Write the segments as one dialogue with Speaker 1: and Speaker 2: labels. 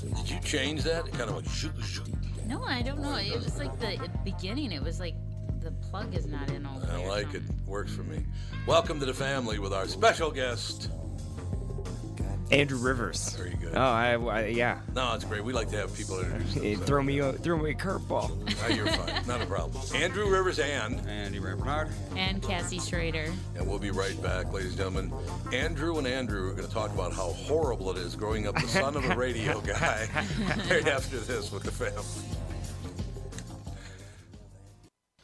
Speaker 1: Did you change that? It kind of went shoo, shoo.
Speaker 2: No, I don't know. It was like the beginning. It was like the plug is not in all the
Speaker 1: I
Speaker 2: way or
Speaker 1: like it.
Speaker 2: something.
Speaker 1: Works for me. Welcome to the family with our special guest.
Speaker 3: Andrew Rivers.
Speaker 1: Very good.
Speaker 3: Oh, I, I- yeah.
Speaker 1: No, it's great. We like to have people introduce
Speaker 3: Hey,
Speaker 1: themselves.
Speaker 3: throw me a throw me a curveball.
Speaker 1: Ah, you're fine. Not a problem. Andrew Rivers and,
Speaker 4: Andy Ray Bernard.
Speaker 2: And Cassie Schrader.
Speaker 1: and we'll be right back, ladies and gentlemen. Andrew and Andrew are going to talk about how horrible it is growing up the son of a radio guy right after this with the family.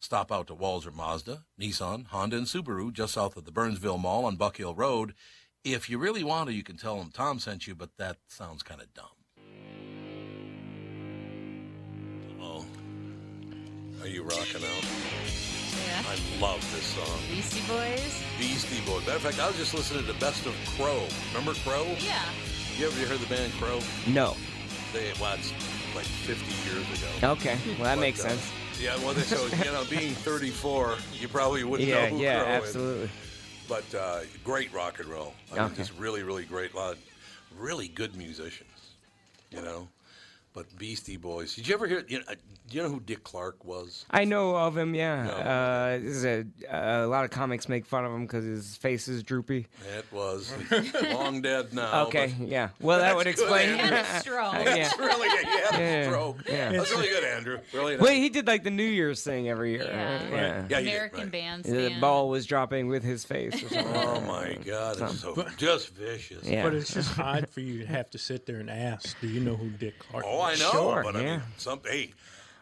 Speaker 1: Stop out to Walzer Mazda, Nissan, Honda, and Subaru just south of the Burnsville Mall on Buck Hill Road. If you really want to, you can tell them Tom sent you, but that sounds kind of dumb. Oh, are you rocking out?
Speaker 2: Yeah.
Speaker 1: I love this song.
Speaker 2: Beastie Boys.
Speaker 1: Beastie Boys. Matter of fact, I was just listening to Best of Crow. Remember Crow?
Speaker 2: Yeah.
Speaker 1: You ever heard the band Crow?
Speaker 3: No.
Speaker 1: They well, it's like 50 years ago.
Speaker 3: Okay. Well, that
Speaker 1: But,
Speaker 3: makes
Speaker 1: uh,
Speaker 3: sense.
Speaker 1: Yeah, well, they, so you know, being 34, you probably wouldn't
Speaker 3: Yeah.
Speaker 1: know who
Speaker 3: Yeah.
Speaker 1: Crow is.
Speaker 3: Absolutely.
Speaker 1: But uh, great rock and roll. I mean,
Speaker 3: Okay.
Speaker 1: just really, really great. lot, really good musicians. You know, but Beastie Boys. Did you ever hear? You know, uh, do you know who Dick Clark was?
Speaker 3: I know of him. Yeah.
Speaker 1: No.
Speaker 3: Uh, this is a, a lot of comics make fun of him because his face is droopy.
Speaker 1: It was long dead now.
Speaker 3: okay.
Speaker 1: Oh, but-
Speaker 3: Yeah. Well, that
Speaker 1: That's
Speaker 3: would
Speaker 1: good,
Speaker 3: explain.
Speaker 2: He had a stroke.
Speaker 3: yeah.
Speaker 1: It's really, you had a
Speaker 3: Yeah,
Speaker 1: stroke.
Speaker 3: yeah.
Speaker 1: That's really good, Andrew. Really. nice.
Speaker 3: Wait, he did like the New Year's thing every year.
Speaker 2: Yeah.
Speaker 3: right?
Speaker 1: Right. Yeah, he did,
Speaker 2: American
Speaker 1: right.
Speaker 2: Bandstand.
Speaker 3: The ball was dropping with his face. Or something.
Speaker 1: Oh my God, it's so just vicious.
Speaker 3: Yeah.
Speaker 5: But it's just odd for you to have to sit there and ask, do you know who Dick Clark
Speaker 1: Oh, I
Speaker 5: is?
Speaker 1: know,
Speaker 3: Sure,
Speaker 1: but I mean,
Speaker 3: yeah.
Speaker 1: some hey,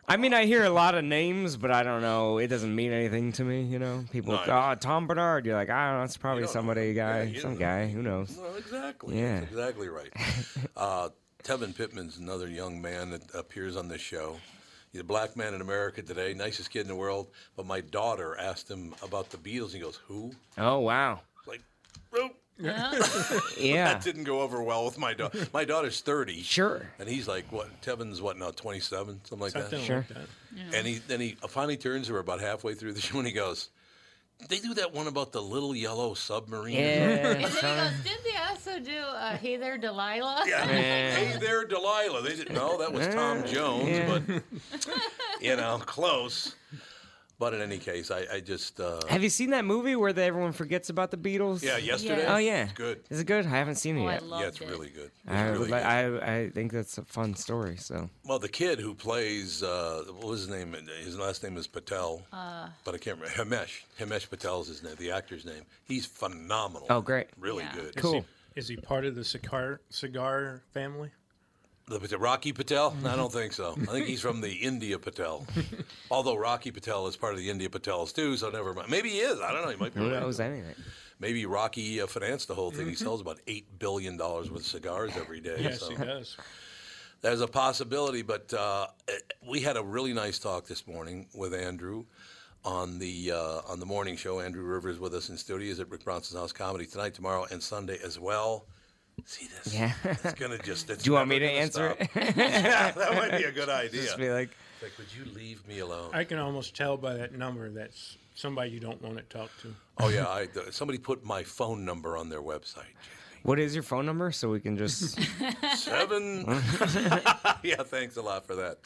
Speaker 3: I mean, I hear a lot of names, but I don't know. It doesn't mean anything to me, you know. People,
Speaker 1: No, I-
Speaker 3: oh, Tom Bernard. You're like, I don't know. It's probably
Speaker 1: don't know.
Speaker 3: somebody, guy,
Speaker 1: Yeah, you
Speaker 3: some
Speaker 1: don't know.
Speaker 3: guy. Who knows?
Speaker 1: Well, exactly.
Speaker 3: Yeah.
Speaker 1: That's exactly right. uh, Tevin Pittman's another young man that appears on this show. He's a black man in America today, nicest kid in the world. But my daughter asked him about the Beatles, and he goes, "Who?"
Speaker 3: Oh wow.
Speaker 1: Like, oh,
Speaker 3: Yeah.
Speaker 1: that didn't go over well with my daughter. my daughter's thirty.
Speaker 3: Sure.
Speaker 1: And he's like, "What?" Tevin's what now? Twenty-seven, something like that.
Speaker 4: Something
Speaker 3: Sure.
Speaker 4: like that.
Speaker 3: Mm-hmm.
Speaker 1: And he then he uh, finally turns to her about halfway through the show, and he goes, "They do that one about the little yellow submarine."
Speaker 3: Yeah.
Speaker 2: And then he goes, didn't they also do uh, Hey There, Delilah?
Speaker 1: Oh, Hey there, Delilah. They didn't know that was Tom Jones,
Speaker 3: yeah.
Speaker 1: but you know, close. But in any case, I, I just uh,
Speaker 3: Have you seen that movie where the, everyone forgets about the Beatles?
Speaker 1: yeah, yesterday.
Speaker 2: Yes.
Speaker 3: Oh yeah.
Speaker 1: it's good.
Speaker 3: Is it good? I haven't seen it
Speaker 2: Oh, I
Speaker 3: yet.
Speaker 2: loved
Speaker 1: Yeah, it's
Speaker 2: it.
Speaker 1: really good. It's
Speaker 3: I, would
Speaker 1: really
Speaker 3: li-
Speaker 1: good.
Speaker 3: I I think that's a fun story. So
Speaker 1: well, the kid who plays uh, what was his name? His last name is Patel,
Speaker 3: Uh.
Speaker 1: but I can't remember. Himesh. Himesh Patel is his name, the actor's name. He's phenomenal.
Speaker 3: Oh, great.
Speaker 1: Really
Speaker 2: Yeah.
Speaker 1: good.
Speaker 3: cool.
Speaker 4: Is he part of the cigar cigar family?
Speaker 1: The, the Rocky Patel? No, I don't think so. I think he's from the India Patel. Although Rocky Patel is part of the India Patels too, so never mind. Maybe he is. I don't know. He might be.
Speaker 3: Who
Speaker 1: right.
Speaker 3: knows anything?
Speaker 1: Maybe Rocky uh, financed the whole thing. He sells about eight billion dollars worth of cigars every day.
Speaker 4: Yes,
Speaker 1: so
Speaker 4: he does.
Speaker 1: there's a possibility. But uh, it- we had a really nice talk this morning with Andrew on the uh, on the morning show. Andrew Rivers with us in studios at Rick Bronson's House Comedy tonight, tomorrow, and Sunday as well. See this?
Speaker 3: Yeah.
Speaker 1: It's gonna just. It's
Speaker 3: Do you want me
Speaker 1: never
Speaker 3: to
Speaker 1: gonna
Speaker 3: answer
Speaker 1: stop.
Speaker 3: it?
Speaker 1: yeah, that might be a good idea.
Speaker 3: Just be like,
Speaker 1: Like, would you leave me alone?
Speaker 4: I can almost tell by that number that's somebody you don't want to talk to.
Speaker 1: oh yeah, I, th- somebody put my phone number on their website.
Speaker 3: what is your phone number so we can
Speaker 1: Uh,
Speaker 3: just
Speaker 1: Seven. yeah, thanks a lot for that.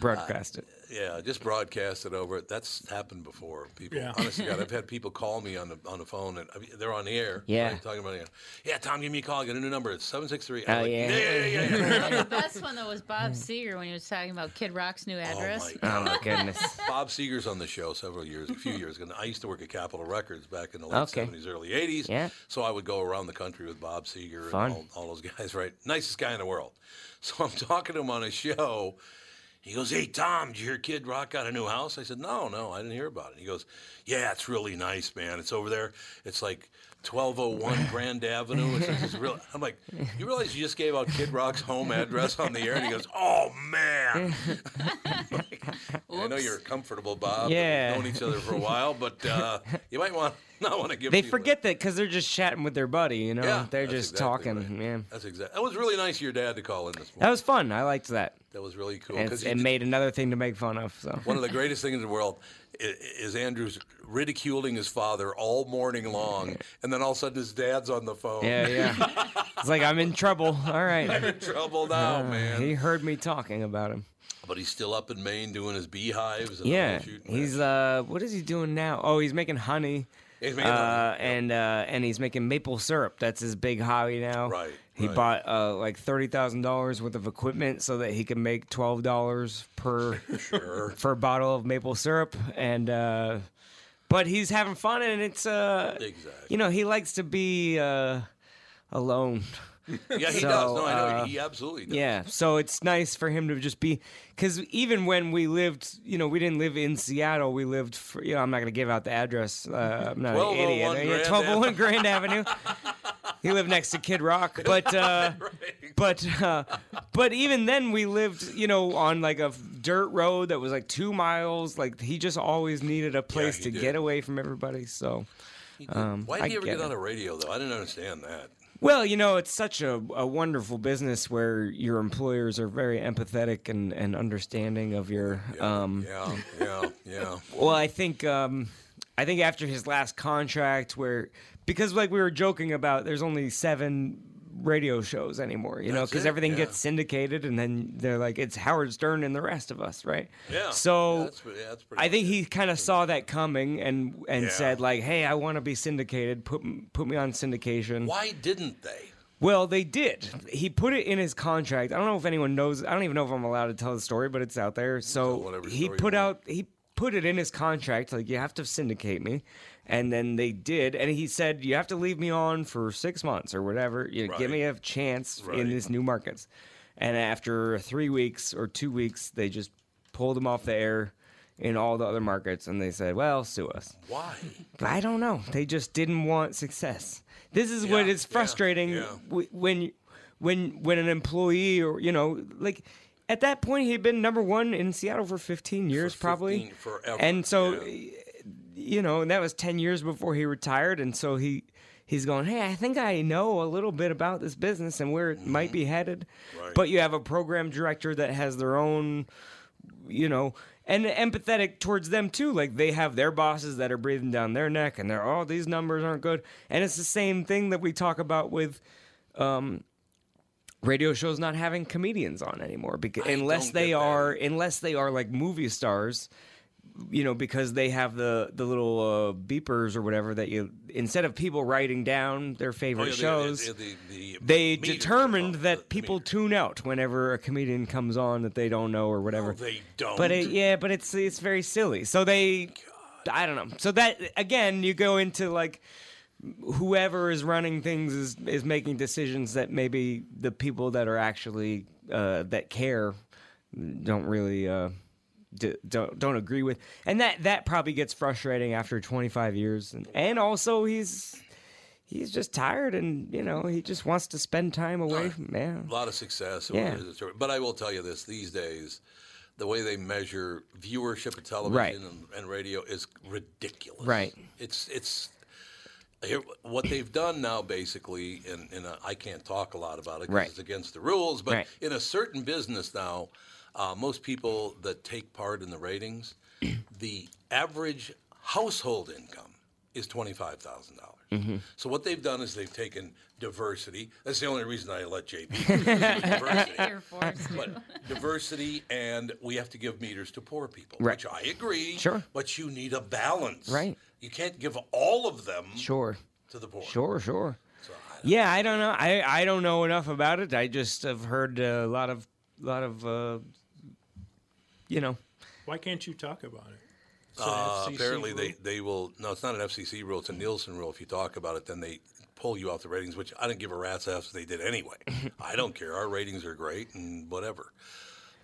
Speaker 3: broadcast it?
Speaker 1: Yeah, just broadcast it over. That's happened before. People,
Speaker 4: Yeah.
Speaker 1: honestly, God, I've had people call me on the on the phone, and I mean, they're on the air.
Speaker 3: Yeah.
Speaker 1: right, talking about it. Yeah, Tom, give me a call. I got a new number. It's seven six three.
Speaker 3: Oh, yeah.
Speaker 1: yeah, yeah, yeah. yeah.
Speaker 2: the best one, though, was
Speaker 3: Mm.
Speaker 2: Bob Seger when he was talking about Kid Rock's new
Speaker 1: oh
Speaker 2: address.
Speaker 1: my
Speaker 3: Oh
Speaker 1: God.
Speaker 3: my goodness.
Speaker 1: Bob Seger's on the show several years, a few years ago. I used to work at Capitol Records back in the late
Speaker 3: Okay.
Speaker 1: 70s, early 80s.
Speaker 3: Yeah.
Speaker 1: So I would go around the country with Bob Seger
Speaker 3: Fun.
Speaker 1: and all, all those guys, right? Nicest guy in the world. So I'm talking to him on a show. He goes, Hey, Tom, did you hear Kid Rock got a new house? I said, No, no, I didn't hear about it. He goes, Yeah, it's really nice, man. It's over there. It's like 1201 Grand Avenue. It's just real. I'm like, You realize you just gave out Kid Rock's home address on the air? And he goes, Oh, man. I know you're comfortable, Bob.
Speaker 3: Yeah.
Speaker 1: Yeah. We've known each other for a while, but uh, you might want not want to give.
Speaker 3: They
Speaker 1: people-
Speaker 3: forget that because they're just chatting with their buddy, you know?
Speaker 1: Yeah,
Speaker 3: they're
Speaker 1: that's
Speaker 3: just
Speaker 1: exactly
Speaker 3: talking,
Speaker 1: right.
Speaker 3: man.
Speaker 1: That's exactly. That was really nice of your dad to call in this morning.
Speaker 3: That was fun. I liked that.
Speaker 1: That was really cool.
Speaker 3: And
Speaker 1: 'cause
Speaker 3: it's-
Speaker 1: he
Speaker 3: it
Speaker 1: did-
Speaker 3: made another thing to make fun of. So
Speaker 1: one of the greatest things in the world i- is Andrew's ridiculing his father all morning long, and then all of a sudden his dad's on the phone.
Speaker 3: Yeah, yeah. it's like I'm in trouble. All right.
Speaker 1: In trouble now, man.
Speaker 3: He heard me talking about him.
Speaker 1: but he's still up in Maine doing his beehives. And
Speaker 3: Yeah.
Speaker 1: all that shooting.
Speaker 3: He's uh what is he doing now? Oh, he's making honey.
Speaker 1: He's making
Speaker 3: Uh,
Speaker 1: honey,
Speaker 3: and uh, and he's making maple syrup. That's his big hobby now.
Speaker 1: Right,
Speaker 3: He
Speaker 1: right.
Speaker 3: bought uh, like thirty thousand dollars worth of equipment so that he can make twelve dollars per
Speaker 1: sure.
Speaker 3: for a bottle of maple syrup and uh but he's having fun and it's uh
Speaker 1: Exactly.
Speaker 3: you know he likes to be uh alone
Speaker 1: Yeah, he
Speaker 3: So,
Speaker 1: does. No, I know.
Speaker 3: uh,
Speaker 1: he absolutely does.
Speaker 3: yeah so it's nice for him to just be because even when we lived you know we didn't live in seattle we lived for you know i'm not gonna give out the address uh, i'm not an
Speaker 1: 1201
Speaker 3: idiot Yeah,
Speaker 1: Grand
Speaker 3: 1201 grand avenue he lived next to kid rock but uh but uh, but even then we lived you know on like a dirt road that was like two miles like he just always needed a place
Speaker 1: he
Speaker 3: to
Speaker 1: did.
Speaker 3: get away from everybody so um,
Speaker 1: Why
Speaker 3: I
Speaker 1: did he ever
Speaker 3: get
Speaker 1: get
Speaker 3: it.
Speaker 1: on the radio though? I didn't understand that.
Speaker 3: well you know it's such a, a wonderful business where your employers are very empathetic and, and understanding of your um,
Speaker 1: Yeah, yeah, yeah.
Speaker 3: Well, I think um, I think after his last contract, where because like we were joking about, there's only seven radio shows anymore, you know,
Speaker 1: That's
Speaker 3: because
Speaker 1: it,
Speaker 3: everything
Speaker 1: yeah.
Speaker 3: gets syndicated, and then they're like, it's Howard Stern and the rest of us, right?
Speaker 1: Yeah.
Speaker 3: So.
Speaker 1: yeah, that's, pre- yeah, that's pretty
Speaker 3: I think
Speaker 1: much it.
Speaker 3: he kind of saw that coming and and
Speaker 1: Yeah.
Speaker 3: said like, "Hey, I want to be syndicated. Put m- put me on syndication."
Speaker 1: Why didn't they?
Speaker 3: Well, they did. He put it in his contract. I don't know if anyone knows. I don't even know if I'm allowed to tell the story, but it's out there.
Speaker 1: Tell
Speaker 3: So
Speaker 1: whatever
Speaker 3: he
Speaker 1: story
Speaker 3: put
Speaker 1: you
Speaker 3: out
Speaker 1: want.
Speaker 3: he put it in his contract like you have to syndicate me. And then they did and he said you have to leave me on for 6 months or whatever. You know, give
Speaker 1: Right.
Speaker 3: me a chance
Speaker 1: Right.
Speaker 3: in this new markets. And after 3 weeks or 2 weeks they just pulled them off the air in all the other markets, and they said, "Well, sue us."
Speaker 1: Why?
Speaker 3: I don't know. They just didn't want success. This is what
Speaker 1: Yeah,
Speaker 3: is
Speaker 1: yeah,
Speaker 3: frustrating
Speaker 1: yeah.
Speaker 3: wh- when when when an employee or you know like at that point he had been number one in Seattle for 15 years probably
Speaker 1: 15 forever,
Speaker 3: and so
Speaker 1: yeah.
Speaker 3: you know and that was 10 years before he retired and so he he's going hey I think I know a little bit about this business and where it might be headed
Speaker 1: Mm-hmm. Right.
Speaker 3: but you have a program director that has their own you know, and empathetic towards them too. Like they have their bosses that are breathing down their neck, and they're oh these numbers aren't good. And it's the same thing that we talk about with um, radio shows not having comedians on anymore because unless
Speaker 1: don't get
Speaker 3: they
Speaker 1: that.
Speaker 3: are unless they are like movie stars. You know, because they have the the little uh, beepers or whatever that you instead of people writing down their favorite
Speaker 1: Oh, yeah, the-
Speaker 3: shows,
Speaker 1: the- the- the
Speaker 3: they
Speaker 1: meter,
Speaker 3: determined
Speaker 1: uh, the- the
Speaker 3: that people
Speaker 1: meter.
Speaker 3: tune out whenever a comedian comes on that they don't know or whatever.
Speaker 1: Oh, they don't.
Speaker 3: But it, yeah, but it's it's very silly. So they, I don't know. So that again, you go into like whoever is running things is is making decisions that maybe the people that are actually uh, that care don't really. Uh, d- don't don't agree with, and that that probably gets frustrating after 25 years, and, and also he's he's just tired, and you know he just wants to spend time away. From, yeah,
Speaker 1: a lot of success.
Speaker 3: Yeah.
Speaker 1: Yeah. But I will tell you this: these days, the way they measure viewership of television
Speaker 3: Right.
Speaker 1: and, and radio is ridiculous.
Speaker 3: Right.
Speaker 1: It's it's here, what they've done now, basically, and, and I can't talk a lot about it because
Speaker 3: Right.
Speaker 1: it's against the rules. But
Speaker 3: Right.
Speaker 1: in a certain business now, uh, most people that take part in the ratings, the average household income is twenty five thousand dollars.
Speaker 3: Mm-hmm.
Speaker 1: So what they've done is they've taken diversity. That's the only reason I let JP. diversity
Speaker 2: You're forced to.
Speaker 1: diversity and we have to give meters to poor people
Speaker 3: Right.
Speaker 1: which i agree
Speaker 3: Sure.
Speaker 1: but you need a balance
Speaker 3: Right.
Speaker 1: you can't give all of them
Speaker 3: sure.
Speaker 1: to the poor
Speaker 3: Sure, sure. yeah, I don't know. I, I don't know enough about it. I just have heard a lot of lot of uh, you know.
Speaker 4: Why can't you talk about it? It's an
Speaker 1: Uh,
Speaker 4: FCC
Speaker 1: apparently they,
Speaker 4: rule.
Speaker 1: they will no it's not an fcc rule it's a nielsen rule if you talk about it then they pull you off the ratings which i didn't give a rat's ass if they did anyway i don't care our ratings are great and whatever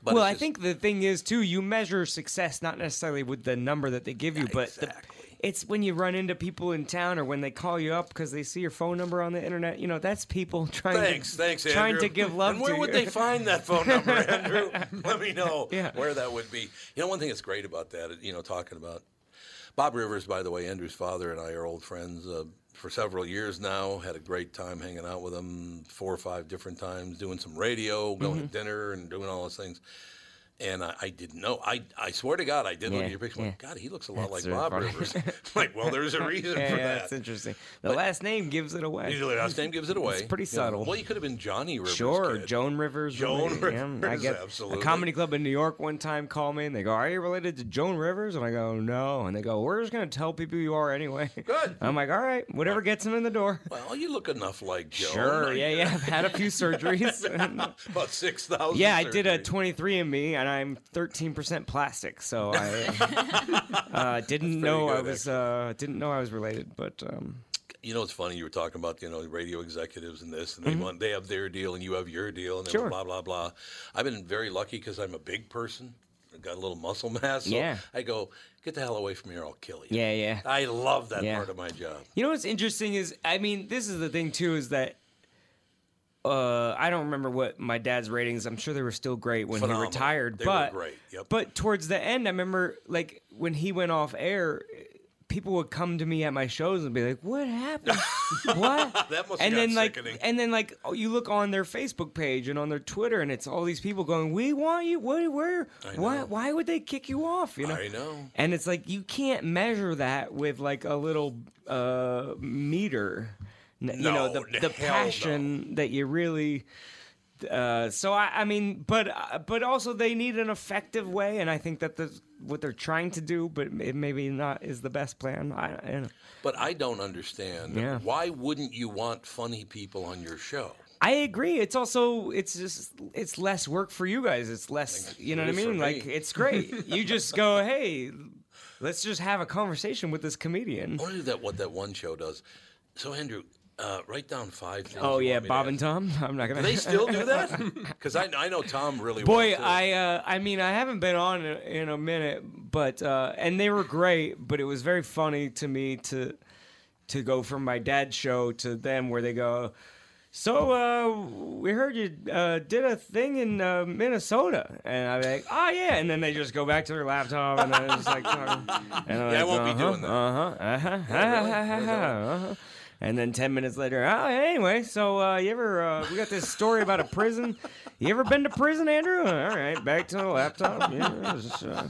Speaker 1: but
Speaker 3: well,
Speaker 1: it's
Speaker 3: I
Speaker 1: just-
Speaker 3: think the thing is too, you measure success not necessarily with the number that they give you, but the-
Speaker 1: exactly.
Speaker 3: it's when you run into people in town or when they call you up because they see your phone number on the internet. You know, that's people trying.
Speaker 1: Thanks,
Speaker 3: to,
Speaker 1: thanks, Andrew.
Speaker 3: Trying to give love.
Speaker 1: And where
Speaker 3: to
Speaker 1: would
Speaker 3: you.
Speaker 1: they find that phone number, Andrew? Let me know
Speaker 3: Yeah.
Speaker 1: where that would be. You know, one thing that's great about that, you know, talking about Bob Rivers, by the way, Andrew's father and I are old friends uh, for several years now. Had a great time hanging out with him four or five different times, doing some radio, going
Speaker 3: Mm-hmm.
Speaker 1: to dinner, and doing all those things. And I, I didn't know. I, I swear to God, I did look
Speaker 3: Yeah,
Speaker 1: at your picture. and went,
Speaker 3: yeah.
Speaker 1: God, he looks a lot
Speaker 3: That's
Speaker 1: like
Speaker 3: really
Speaker 1: Bob
Speaker 3: funny.
Speaker 1: Rivers. like, well, there's a reason
Speaker 3: Yeah,
Speaker 1: for
Speaker 3: yeah,
Speaker 1: that.
Speaker 3: that's interesting. The last name gives it away.
Speaker 1: Usually, last name gives it away.
Speaker 3: pretty
Speaker 1: You know,
Speaker 3: subtle.
Speaker 1: Well, you could have been Johnny Rivers.
Speaker 3: Sure,
Speaker 1: kid.
Speaker 3: Joan Rivers.
Speaker 1: Joan
Speaker 3: related, yeah, I
Speaker 1: Rivers,
Speaker 3: get,
Speaker 1: absolutely.
Speaker 3: A comedy club in New York one time called me and they go, "Are you related to Joan Rivers?" And I go, "No." And they go, "We're just gonna tell people you are anyway."
Speaker 1: Good.
Speaker 3: I'm like, "All right, whatever gets them in the door."
Speaker 1: Well, you look enough like Joe.
Speaker 3: Sure. Yeah, yeah. I've had a few surgeries. and-
Speaker 1: About 6,000.
Speaker 3: yeah, I did a
Speaker 1: surgeries.
Speaker 3: 23andMe and I'm 13% plastic, so I uh, didn't know I
Speaker 1: good,
Speaker 3: was uh, didn't know I was related, but um,
Speaker 1: You know, it's funny. You were talking about, you know, radio executives and this, and they want, they have their deal and you have your deal, and then
Speaker 3: Mm-hmm. Sure.
Speaker 1: blah, blah, blah. I've been very lucky because I'm a big person. I've got a little muscle mass. So
Speaker 3: Yeah.
Speaker 1: I go, get the hell away from here. I'll kill you.
Speaker 3: yeah, yeah.
Speaker 1: I love that
Speaker 3: Yeah.
Speaker 1: part of my job.
Speaker 3: You know what's interesting is, I mean, this is the thing too is that uh, I don't remember what my dad's ratings. I'm sure they were still great when
Speaker 1: Phenomenal.
Speaker 3: he retired,
Speaker 1: They were
Speaker 3: but
Speaker 1: great, yep.
Speaker 3: but towards the end, I remember like when he went off air. People would come to me at my shows and be like, "What happened? what?"
Speaker 1: That must have
Speaker 3: and
Speaker 1: got
Speaker 3: then like,
Speaker 1: sickening.
Speaker 3: and then like, oh, you look on their Facebook page and on their Twitter, and it's all these people going, "We want you. What? Where? Why?
Speaker 1: know.
Speaker 3: Why would they kick you off?" You know.
Speaker 1: I know.
Speaker 3: And it's like you can't measure that with like a little uh, meter. N- you know
Speaker 1: No,
Speaker 3: the, the
Speaker 1: hell no.
Speaker 3: passion that you really. Uh, so I, I mean, but uh, but also they need an effective way, and I think that that's what they're trying to do, but it maybe not is the best plan. I, I don't know.
Speaker 1: But I don't understand.
Speaker 3: Yeah.
Speaker 1: Why wouldn't you want funny people on your show?
Speaker 3: I agree. It's also it's just it's less work for you guys. It's less, you know what I
Speaker 1: it is for
Speaker 3: mean? Like
Speaker 1: me.
Speaker 3: it's great. you just go, hey, let's just have a conversation with this comedian.
Speaker 1: I want to do that. What that one show does. So Andrew, Uh, write down five things.
Speaker 3: Oh
Speaker 1: you
Speaker 3: yeah,
Speaker 1: want me to
Speaker 3: Bob and
Speaker 1: ask.
Speaker 3: Tom. I'm not gonna.
Speaker 1: Do they still do that? Because I, I know Tom really
Speaker 3: Boy,
Speaker 1: well. too.
Speaker 3: I uh, I mean I haven't been on in a- in a minute, but uh, and they were great, but it was very funny to me to to go from my dad's show to them where they go. So uh, we heard you uh, did a thing in uh, Minnesota, and I'm like, oh yeah, and then they just go back to their laptop, and I was like, "Oh, talking- and I'm
Speaker 1: Yeah, I
Speaker 3: like,
Speaker 1: won't be
Speaker 3: "Uh-huh,
Speaker 1: doing that."
Speaker 3: Uh-huh, uh-huh,
Speaker 1: really? Is that
Speaker 3: uh-huh, uh-huh. And then 10 minutes later, oh, anyway, so uh, you ever, uh, we got this story about a prison. You ever been to prison, Andrew? All right, back to the laptop. Yeah, it was just, uh,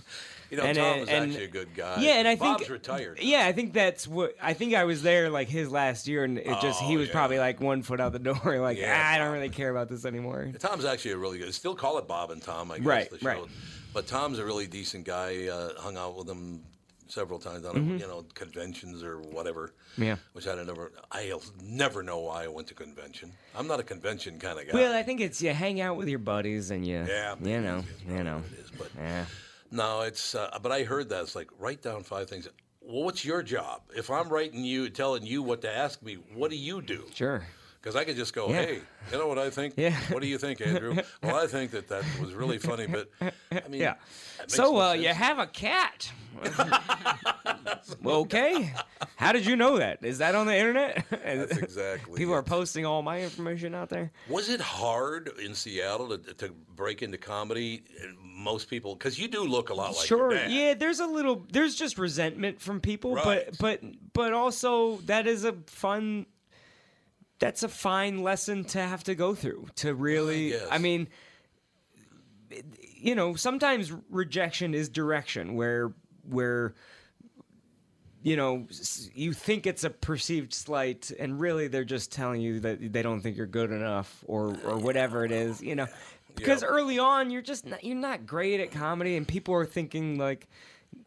Speaker 1: you know,
Speaker 3: and-
Speaker 1: Tom is
Speaker 3: and-
Speaker 1: actually a good guy.
Speaker 3: yeah, and I think
Speaker 1: Bob's retired.
Speaker 3: Yeah, I think that's what I think I was there like his last year, and it just he
Speaker 1: Oh,
Speaker 3: was
Speaker 1: yeah.
Speaker 3: probably like one foot out the door, like
Speaker 1: Yeah.
Speaker 3: "Ah, I don't really care about this anymore.
Speaker 1: Tom's actually a really good. Still call it Bob and Tom, I guess.
Speaker 3: Right,
Speaker 1: the show.
Speaker 3: right.
Speaker 1: But Tom's a really decent guy. Uh, hung out with him several times on you know conventions or whatever.
Speaker 3: Mm-hmm. Yeah.
Speaker 1: Which I don't never. I'll never know why I went to convention. I'm not a convention kind of guy.
Speaker 3: Well, I think it's you hang out with your buddies and you,
Speaker 1: Yeah,
Speaker 3: you know,
Speaker 1: it's probably
Speaker 3: you know,
Speaker 1: what it is, but
Speaker 3: yeah.
Speaker 1: no, it's. Uh, but I heard that it's like write down five things. Well, what's your job? If I'm writing you, telling you what to ask me, what do you do?
Speaker 3: Sure.
Speaker 1: Because I could just go,
Speaker 3: Yeah.
Speaker 1: hey, you know what I think?
Speaker 3: Yeah.
Speaker 1: What do you think, Andrew? well, I think that that was really funny, but I mean,
Speaker 3: Yeah.
Speaker 1: that makes
Speaker 3: So
Speaker 1: no
Speaker 3: uh, you
Speaker 1: sense.
Speaker 3: have a cat. well, okay. How did you know that? Is that on the internet?
Speaker 1: That's exactly.
Speaker 3: People
Speaker 1: it.
Speaker 3: are posting all my information out there.
Speaker 1: Was it hard in Seattle to, to break into comedy? And Most people, because you do look a lot like
Speaker 3: sure
Speaker 1: Your dad.
Speaker 3: yeah there's a little there's just resentment from people
Speaker 1: Right.
Speaker 3: but but but also that is a fun that's a fine lesson to have to go through to really
Speaker 1: guess.
Speaker 3: i mean you know sometimes rejection is direction where where you know s- you think it's a perceived slight and really they're just telling you that they don't think you're good enough or or whatever it is you know because
Speaker 1: Yeah.
Speaker 3: early on you're just not, you're not great at comedy and people are thinking like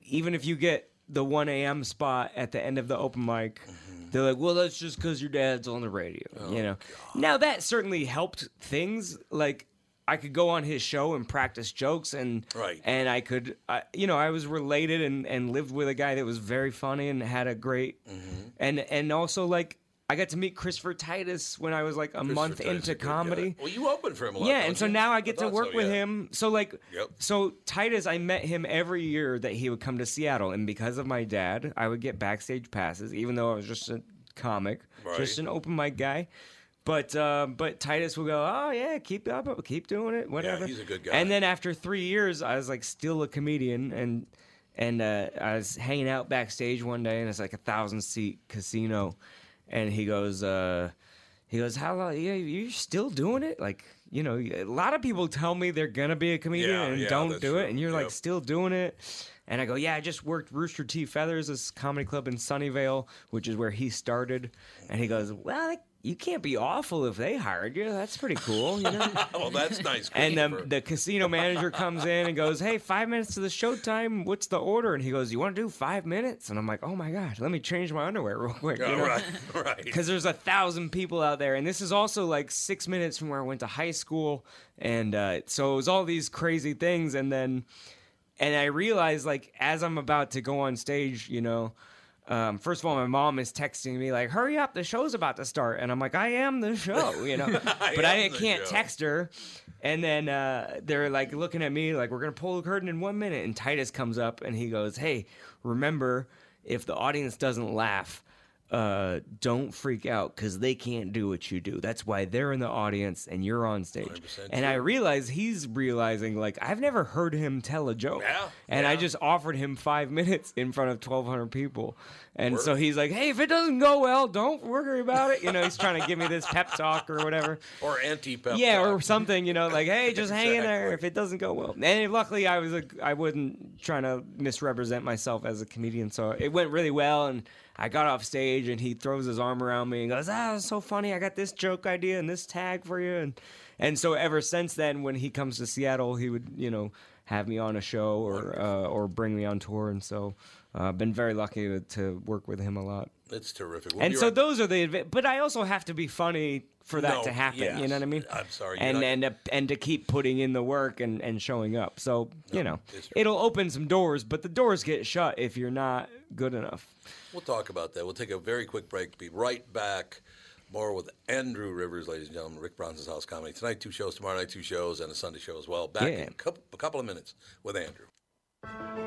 Speaker 3: even if you get the 1 a.m spot at the end of the open mic
Speaker 1: Mm-hmm.
Speaker 3: they're like well that's just because your dad's on the radio
Speaker 1: Oh,
Speaker 3: you know now that certainly helped things like i could go on his show and practice jokes and
Speaker 1: Right.
Speaker 3: and I could, I, you know, I was related and, and lived with a guy that was very funny and had a great,
Speaker 1: Mm-hmm.
Speaker 3: and and also like I got to meet Christopher Titus when I was like a month
Speaker 1: Sometimes
Speaker 3: into
Speaker 1: you could get-
Speaker 3: comedy.
Speaker 1: Well, you open for him a lot.
Speaker 3: Yeah,
Speaker 1: don't
Speaker 3: and so
Speaker 1: you?
Speaker 3: now I get to
Speaker 1: thought
Speaker 3: work
Speaker 1: so,
Speaker 3: with
Speaker 1: yeah.
Speaker 3: him. So like,
Speaker 1: Yep.
Speaker 3: so Titus, I met him every year that he would come to Seattle, and because of my dad, I would get backstage passes, even though I was just a comic,
Speaker 1: Right.
Speaker 3: just an open mic guy. But uh, but Titus would go, oh yeah, keep up, keep doing it, whatever.
Speaker 1: he's a good guy.
Speaker 3: And then after three years, I was like still a comedian, and and uh, I was hanging out backstage one day, and it's like a thousand seat casino, and he goes. Uh, he goes, "How long? Yeah, you're still doing it? Like, you know, a lot of people tell me they're gonna be a comedian
Speaker 1: Yeah,
Speaker 3: and
Speaker 1: yeah,
Speaker 3: don't
Speaker 1: that's
Speaker 3: do
Speaker 1: true.
Speaker 3: it, and you're
Speaker 1: Yep.
Speaker 3: like still doing it." And I go, "Yeah, I just worked Rooster Teeth Feathers, this comedy club in Sunnyvale, which is where he started." And he goes, "Well, like, you can't be awful if they hired you. That's pretty cool, you know."
Speaker 1: Well, Oh, that's nice.
Speaker 3: And
Speaker 1: Christopher.
Speaker 3: um, the casino manager comes in and goes, "Hey, five minutes to the showtime. What's the order?" And he goes, "You want to do five minutes?" And I'm like, "Oh my gosh, let me change my underwear real quick."
Speaker 1: Yeah,
Speaker 3: you know?
Speaker 1: right, right.
Speaker 3: because there's a thousand people out there, and this is also like six minutes from where I went to high school, and uh, so it was all these crazy things, and then, and I realized like as I'm about to go on stage, you know, um, first of all, my mom is texting me like, "Hurry up, the show's about to start," and I'm like, "I am the show," you know, but
Speaker 1: am
Speaker 3: I
Speaker 1: the
Speaker 3: can't
Speaker 1: show.
Speaker 3: text her, and then uh, they're like looking at me like, "We're gonna pull the curtain in one minute," and Titus comes up and he goes, "Hey, remember." If the audience doesn't laugh, uh, don't freak out because they can't do what you do. That's why they're in the audience and you're on stage.
Speaker 1: 100%
Speaker 3: And I realize he's realizing, like, I've never heard him tell a joke.
Speaker 1: Yeah,
Speaker 3: and I
Speaker 1: yeah.
Speaker 3: just offered him five minutes in front of 1,200 people. And so he's like, hey, if it doesn't go well, don't worry about it. You know, he's trying to give me this pep talk or whatever.
Speaker 1: Or anti pep.
Speaker 3: Yeah, or something, you know, like, hey, just hang in there
Speaker 1: Exactly.
Speaker 3: if it doesn't go well. And luckily, I was a, I wasn't trying to misrepresent myself as a comedian, so it went really well. And I got off stage, and he throws his arm around me and goes, "Ah, it's so funny! I got this joke idea and this tag for you." And and so ever since then, when he comes to Seattle, he would, you know, have me on a show or uh, or bring me on tour, and so. uh, I've been very lucky to, to work with him a lot,
Speaker 1: It's terrific. We'll
Speaker 3: and
Speaker 1: be
Speaker 3: so
Speaker 1: right-
Speaker 3: those are the. adva- But I also have to be funny for that
Speaker 1: No,
Speaker 3: to happen.
Speaker 1: yes.
Speaker 3: You know what I mean?
Speaker 1: I'm sorry, you're
Speaker 3: And
Speaker 1: not-
Speaker 3: and uh, and to keep putting in the work and and showing up. So you know,
Speaker 1: it's true.
Speaker 3: it'll open some doors, but the doors get shut if you're not good enough.
Speaker 1: We'll talk about that. We'll take a very quick break. Be right back. More with Andrew Rivers, ladies and gentlemen, Rick Bronson's House Comedy. Tonight, two shows, tomorrow night, two shows, and a Sunday show as well. Back
Speaker 3: Yeah.
Speaker 1: in a couple, a couple of minutes with Andrew.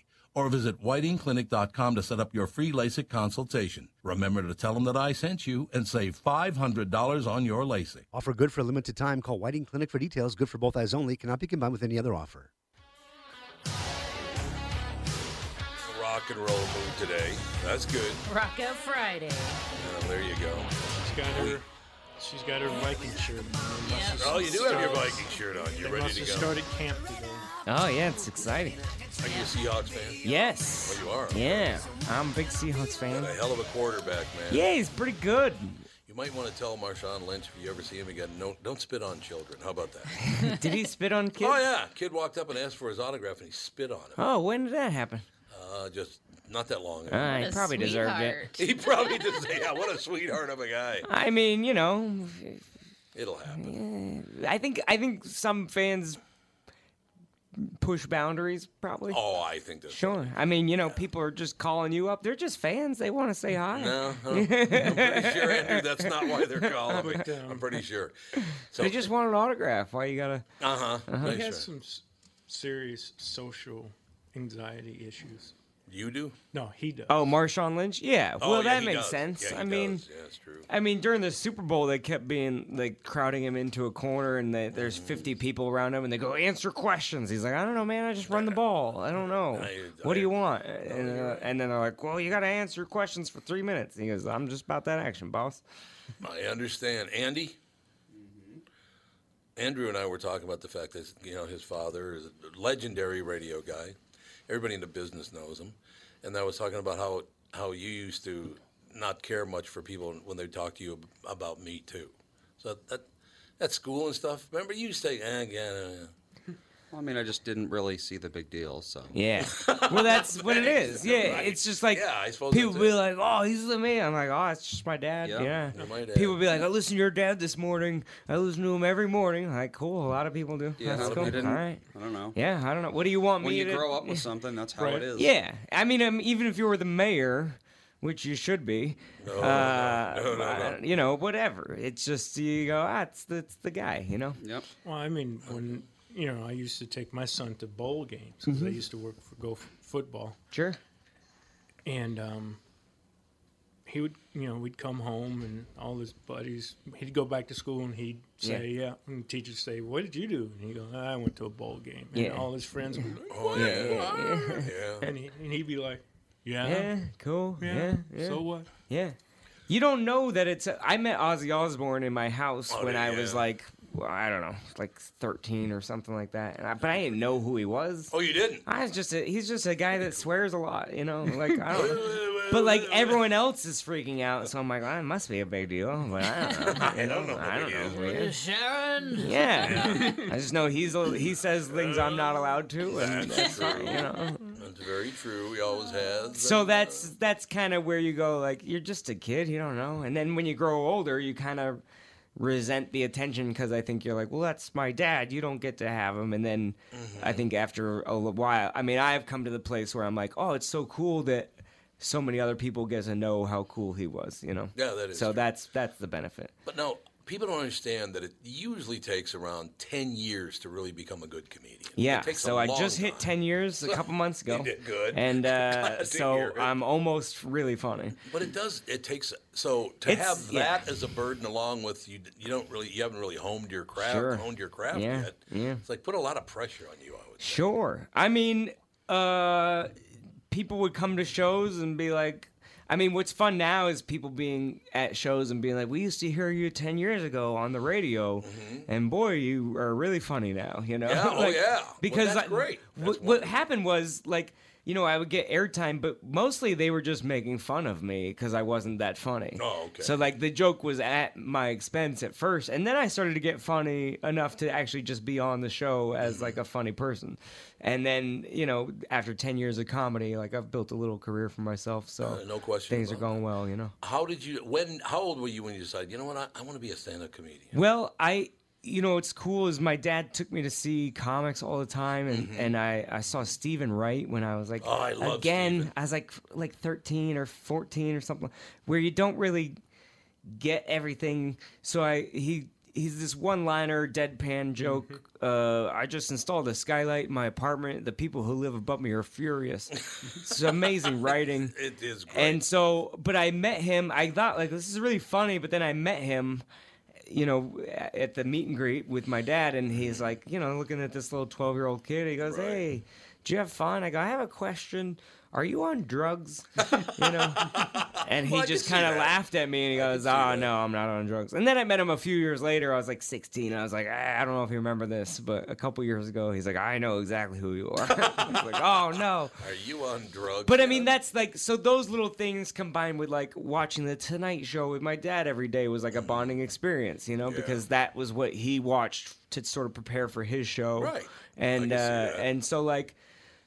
Speaker 1: or visit whitingclinic.com to set up your free LASIK consultation. Remember to tell them that I sent you and save $500 on your LASIK.
Speaker 6: Offer good for a limited time. Call Whiting Clinic for details. Good for both eyes only. Cannot be combined with any other offer.
Speaker 1: Rock and roll mood today. That's good.
Speaker 2: Rock Out Friday.
Speaker 1: Yeah, there you go.
Speaker 4: She's got her, she's got her Viking shirt.
Speaker 2: Yeah.
Speaker 1: Oh, you do have your Viking shirt on. You're
Speaker 4: They
Speaker 1: ready
Speaker 4: must
Speaker 1: to
Speaker 4: have
Speaker 1: go.
Speaker 4: started camp today.
Speaker 3: Oh yeah, it's exciting.
Speaker 1: Are you a Seahawks fan?
Speaker 3: Yes.
Speaker 1: Well, you are.
Speaker 3: Yeah, I'm a big Seahawks
Speaker 1: Got
Speaker 3: fan.
Speaker 1: a hell of a quarterback, man.
Speaker 3: Yeah, he's pretty good.
Speaker 1: You might want to tell Marshawn Lynch if you ever see him again, no, don't spit on children. How about that?
Speaker 3: Did he spit on kids?
Speaker 1: Oh, yeah. Kid walked up and asked for his autograph, and he spit on him.
Speaker 3: Oh, when did that happen?
Speaker 1: Uh, just not that long ago.
Speaker 3: Uh,
Speaker 2: What
Speaker 3: he
Speaker 2: a
Speaker 3: probably deserved it.
Speaker 2: sweetheart.
Speaker 1: He probably just yeah, what a sweetheart of a guy.
Speaker 3: I mean, you know,
Speaker 1: It'll happen.
Speaker 3: I think I think some fans push boundaries probably.
Speaker 1: Oh, I think that's
Speaker 3: Sure. I mean, you know, people are just calling you up. They're just fans. They want to say hi.
Speaker 1: No, huh? Uh-huh. I'm pretty sure, Andrew, that's not why they're calling me. I'm pretty sure. So,
Speaker 3: They just want an autograph. Why you gotta?
Speaker 1: uh-huh.
Speaker 4: He
Speaker 1: Nice,
Speaker 4: has
Speaker 1: sir.
Speaker 4: some s- serious social anxiety issues.
Speaker 1: You do?
Speaker 4: No, he does.
Speaker 3: Oh, Marshawn Lynch. Yeah.
Speaker 1: Oh,
Speaker 3: well,
Speaker 1: yeah,
Speaker 3: that
Speaker 1: he
Speaker 3: makes
Speaker 1: does.
Speaker 3: sense.
Speaker 1: Yeah, he
Speaker 3: I mean,
Speaker 1: does. yeah, that's true.
Speaker 3: I mean, during the Super Bowl, they kept being like crowding him into a corner, and they, there's 50 people around him, and they go answer questions. He's like, I don't know, man. I just run the ball. I don't know.
Speaker 1: I-
Speaker 3: what do
Speaker 1: I- Oh,
Speaker 3: you want? And, uh, and then they're like, Well, you got to answer questions for three minutes. And he goes, I'm just about that action, boss.
Speaker 1: I understand, Andy. Andrew and I were talking about the fact that you know his father is a legendary radio guy. Everybody in the business knows him, and I was talking about how how you used to not care much for people when they talk to you ab- about me too. So that at school and stuff. Remember you used to say, eh, yeah, yeah, yeah."
Speaker 7: Well, I mean, I just didn't really see the big deal. So
Speaker 3: Yeah. Well, that's what it is. Yeah. It's just like
Speaker 1: Yeah, I suppose
Speaker 3: people
Speaker 1: that's
Speaker 3: be
Speaker 1: it.
Speaker 3: like, oh, he's the man. I'm like, oh, it's just my dad.
Speaker 7: Yeah,
Speaker 3: Yeah.
Speaker 1: you're my dad.
Speaker 3: People be like, I listen to your dad this morning. I listen to him every morning. I'm like, cool. A lot of people do.
Speaker 7: yeah,
Speaker 3: That's
Speaker 7: I,
Speaker 3: cool.
Speaker 7: I didn't.
Speaker 3: All right.
Speaker 7: I don't know.
Speaker 3: Yeah. I don't know. What do you want
Speaker 7: When
Speaker 3: me
Speaker 7: you
Speaker 3: to
Speaker 7: grow up with something, that's how
Speaker 4: Right.
Speaker 7: it is.
Speaker 3: Yeah. I mean, um, even if you were the mayor, which you should be,
Speaker 1: No,
Speaker 3: uh,
Speaker 1: no, no, no, no.
Speaker 3: uh, you know, whatever. It's just, you go, ah, it's the, it's the guy, you know?
Speaker 7: Yep.
Speaker 4: Well, I mean, when you know, I used to take my son to bowl games because I used to work for Go F- Football,
Speaker 3: Sure.
Speaker 4: and um, he would, you know, we'd come home and all his buddies, he'd go back to school and he'd say, "Yeah,", and the teachers say, "What did you do?" And he go, "I went to a bowl game," and
Speaker 3: Yeah.
Speaker 4: all his friends would, be like,
Speaker 1: Oh, yeah, yeah, yeah.
Speaker 4: and, he, and he'd be like, "Yeah,
Speaker 3: Yeah. Cool.
Speaker 4: Uh-huh. yeah,
Speaker 3: yeah, yeah.
Speaker 4: so what?"
Speaker 3: Yeah. You don't know that it's. I met Ozzy Osbourne in my house
Speaker 1: Oh,
Speaker 3: when I was
Speaker 1: yeah.
Speaker 3: like, well, I don't know, like 13 or something like that. And I, but I didn't know who he was.
Speaker 1: Oh, you didn't.
Speaker 3: I was just a, he's just a guy that swears a lot, you know. Like I don't. know. But like everyone else is freaking out, so I'm like, well, it must be a big deal. But I don't
Speaker 8: I don't know
Speaker 3: know. I
Speaker 8: what it
Speaker 3: don't
Speaker 8: is,
Speaker 3: know.
Speaker 8: but-
Speaker 3: man.
Speaker 2: Sharon.
Speaker 3: Yeah, I just know he's a- he says things I'm not allowed to, and
Speaker 1: That's
Speaker 3: that's
Speaker 1: true.
Speaker 3: fine, you know.
Speaker 1: That's very true. He always has.
Speaker 3: So that's that's kind of where you go like you're just a kid, you don't know. And then when you grow older, you kind of resent the attention because I think you're like, well, that's my dad. You don't get to have him. And then
Speaker 1: Mm-hmm.
Speaker 3: I think after a li- while, I mean, I've come to the place where I'm like, oh, it's so cool that so many other people get to know how cool he was. You know?
Speaker 1: Yeah, that is
Speaker 3: So
Speaker 1: true.
Speaker 3: that's that's the benefit.
Speaker 1: But no, people don't understand that it usually takes around 10 years to really become a good comedian.
Speaker 3: Yeah,
Speaker 1: It takes a
Speaker 3: so I
Speaker 1: long
Speaker 3: just hit
Speaker 1: time.
Speaker 3: 10 years a couple months ago.
Speaker 1: did good.
Speaker 3: And uh,
Speaker 1: God,
Speaker 3: so
Speaker 1: you're-
Speaker 3: I'm almost really funny.
Speaker 1: But it does. It takes so to
Speaker 3: It's-
Speaker 1: have
Speaker 3: yeah.
Speaker 1: that as a burden along with you. You don't really. You haven't really homed your craft.
Speaker 3: Sure.
Speaker 1: Honed your craft
Speaker 3: Yeah,
Speaker 1: yet.
Speaker 3: yeah.
Speaker 1: It's like put a lot of pressure on you. I would.
Speaker 3: Sure. I mean, uh, people would come to shows and be like, I mean, what's fun now is people being at shows and being like, we used to hear you 10 years ago on the radio, and boy, you are really funny now, you know?
Speaker 1: Mm-hmm. Yeah, oh,
Speaker 3: Like,
Speaker 1: yeah. Well,
Speaker 3: Because like,
Speaker 1: that's great.
Speaker 3: What, what happened was, like, you know, I would get airtime, but mostly they were just making fun of me because I wasn't that funny.
Speaker 1: Oh, okay.
Speaker 3: So, like, the joke was at my expense at first, and then I started to get funny enough to actually just be on the show as like a funny person. And then, you know, after ten years of comedy, like I've built a little career for myself. So
Speaker 1: Uh, no question
Speaker 3: things are
Speaker 1: about
Speaker 3: going well. You know.
Speaker 1: How did you? When? How old were you when you decided? You know what? I, I want to be a stand-up comedian.
Speaker 3: Well, I you know what's cool is my dad took me to see comics all the time and, and I, I saw Stephen Wright when I was like
Speaker 1: Mm-hmm. Oh, I love
Speaker 3: again I was like like 13 or 14 or something where you don't really get everything so I he he's this one liner deadpan joke uh,
Speaker 1: Mm-hmm.
Speaker 3: I just installed a skylight in my apartment the people who live above me are furious it's amazing writing
Speaker 1: It is great.
Speaker 3: and so, but I met him. I thought like this is really funny, but then I met him, you know, at the meet and greet with my dad, and
Speaker 1: Mm-hmm.
Speaker 3: he's like, you know, looking at this little twelve-year-old kid. He goes, "Hey, do you have fun?" I go, "I have a question. Are you on drugs?" you know, and he
Speaker 1: Well, I
Speaker 3: just
Speaker 1: can see
Speaker 3: kind of
Speaker 1: that.
Speaker 3: laughed at me, and he goes, "Oh no, I'm not on drugs." And then I met him a few years later. I was like 16. And I was like, "Ah, "I don't know if you remember this, but a couple years ago, he's like, I know exactly who you are." I was like, "Oh no."
Speaker 1: Are you on drugs?
Speaker 3: But I
Speaker 1: yet?
Speaker 3: mean, that's like so. Those little things combined with like watching the Tonight Show with my dad every day was like
Speaker 1: Mm-hmm.
Speaker 3: a bonding experience, you know, because that was what he watched to sort of prepare for his show,
Speaker 1: Right. I
Speaker 3: And
Speaker 1: can see
Speaker 3: uh,
Speaker 1: that.
Speaker 3: and so like,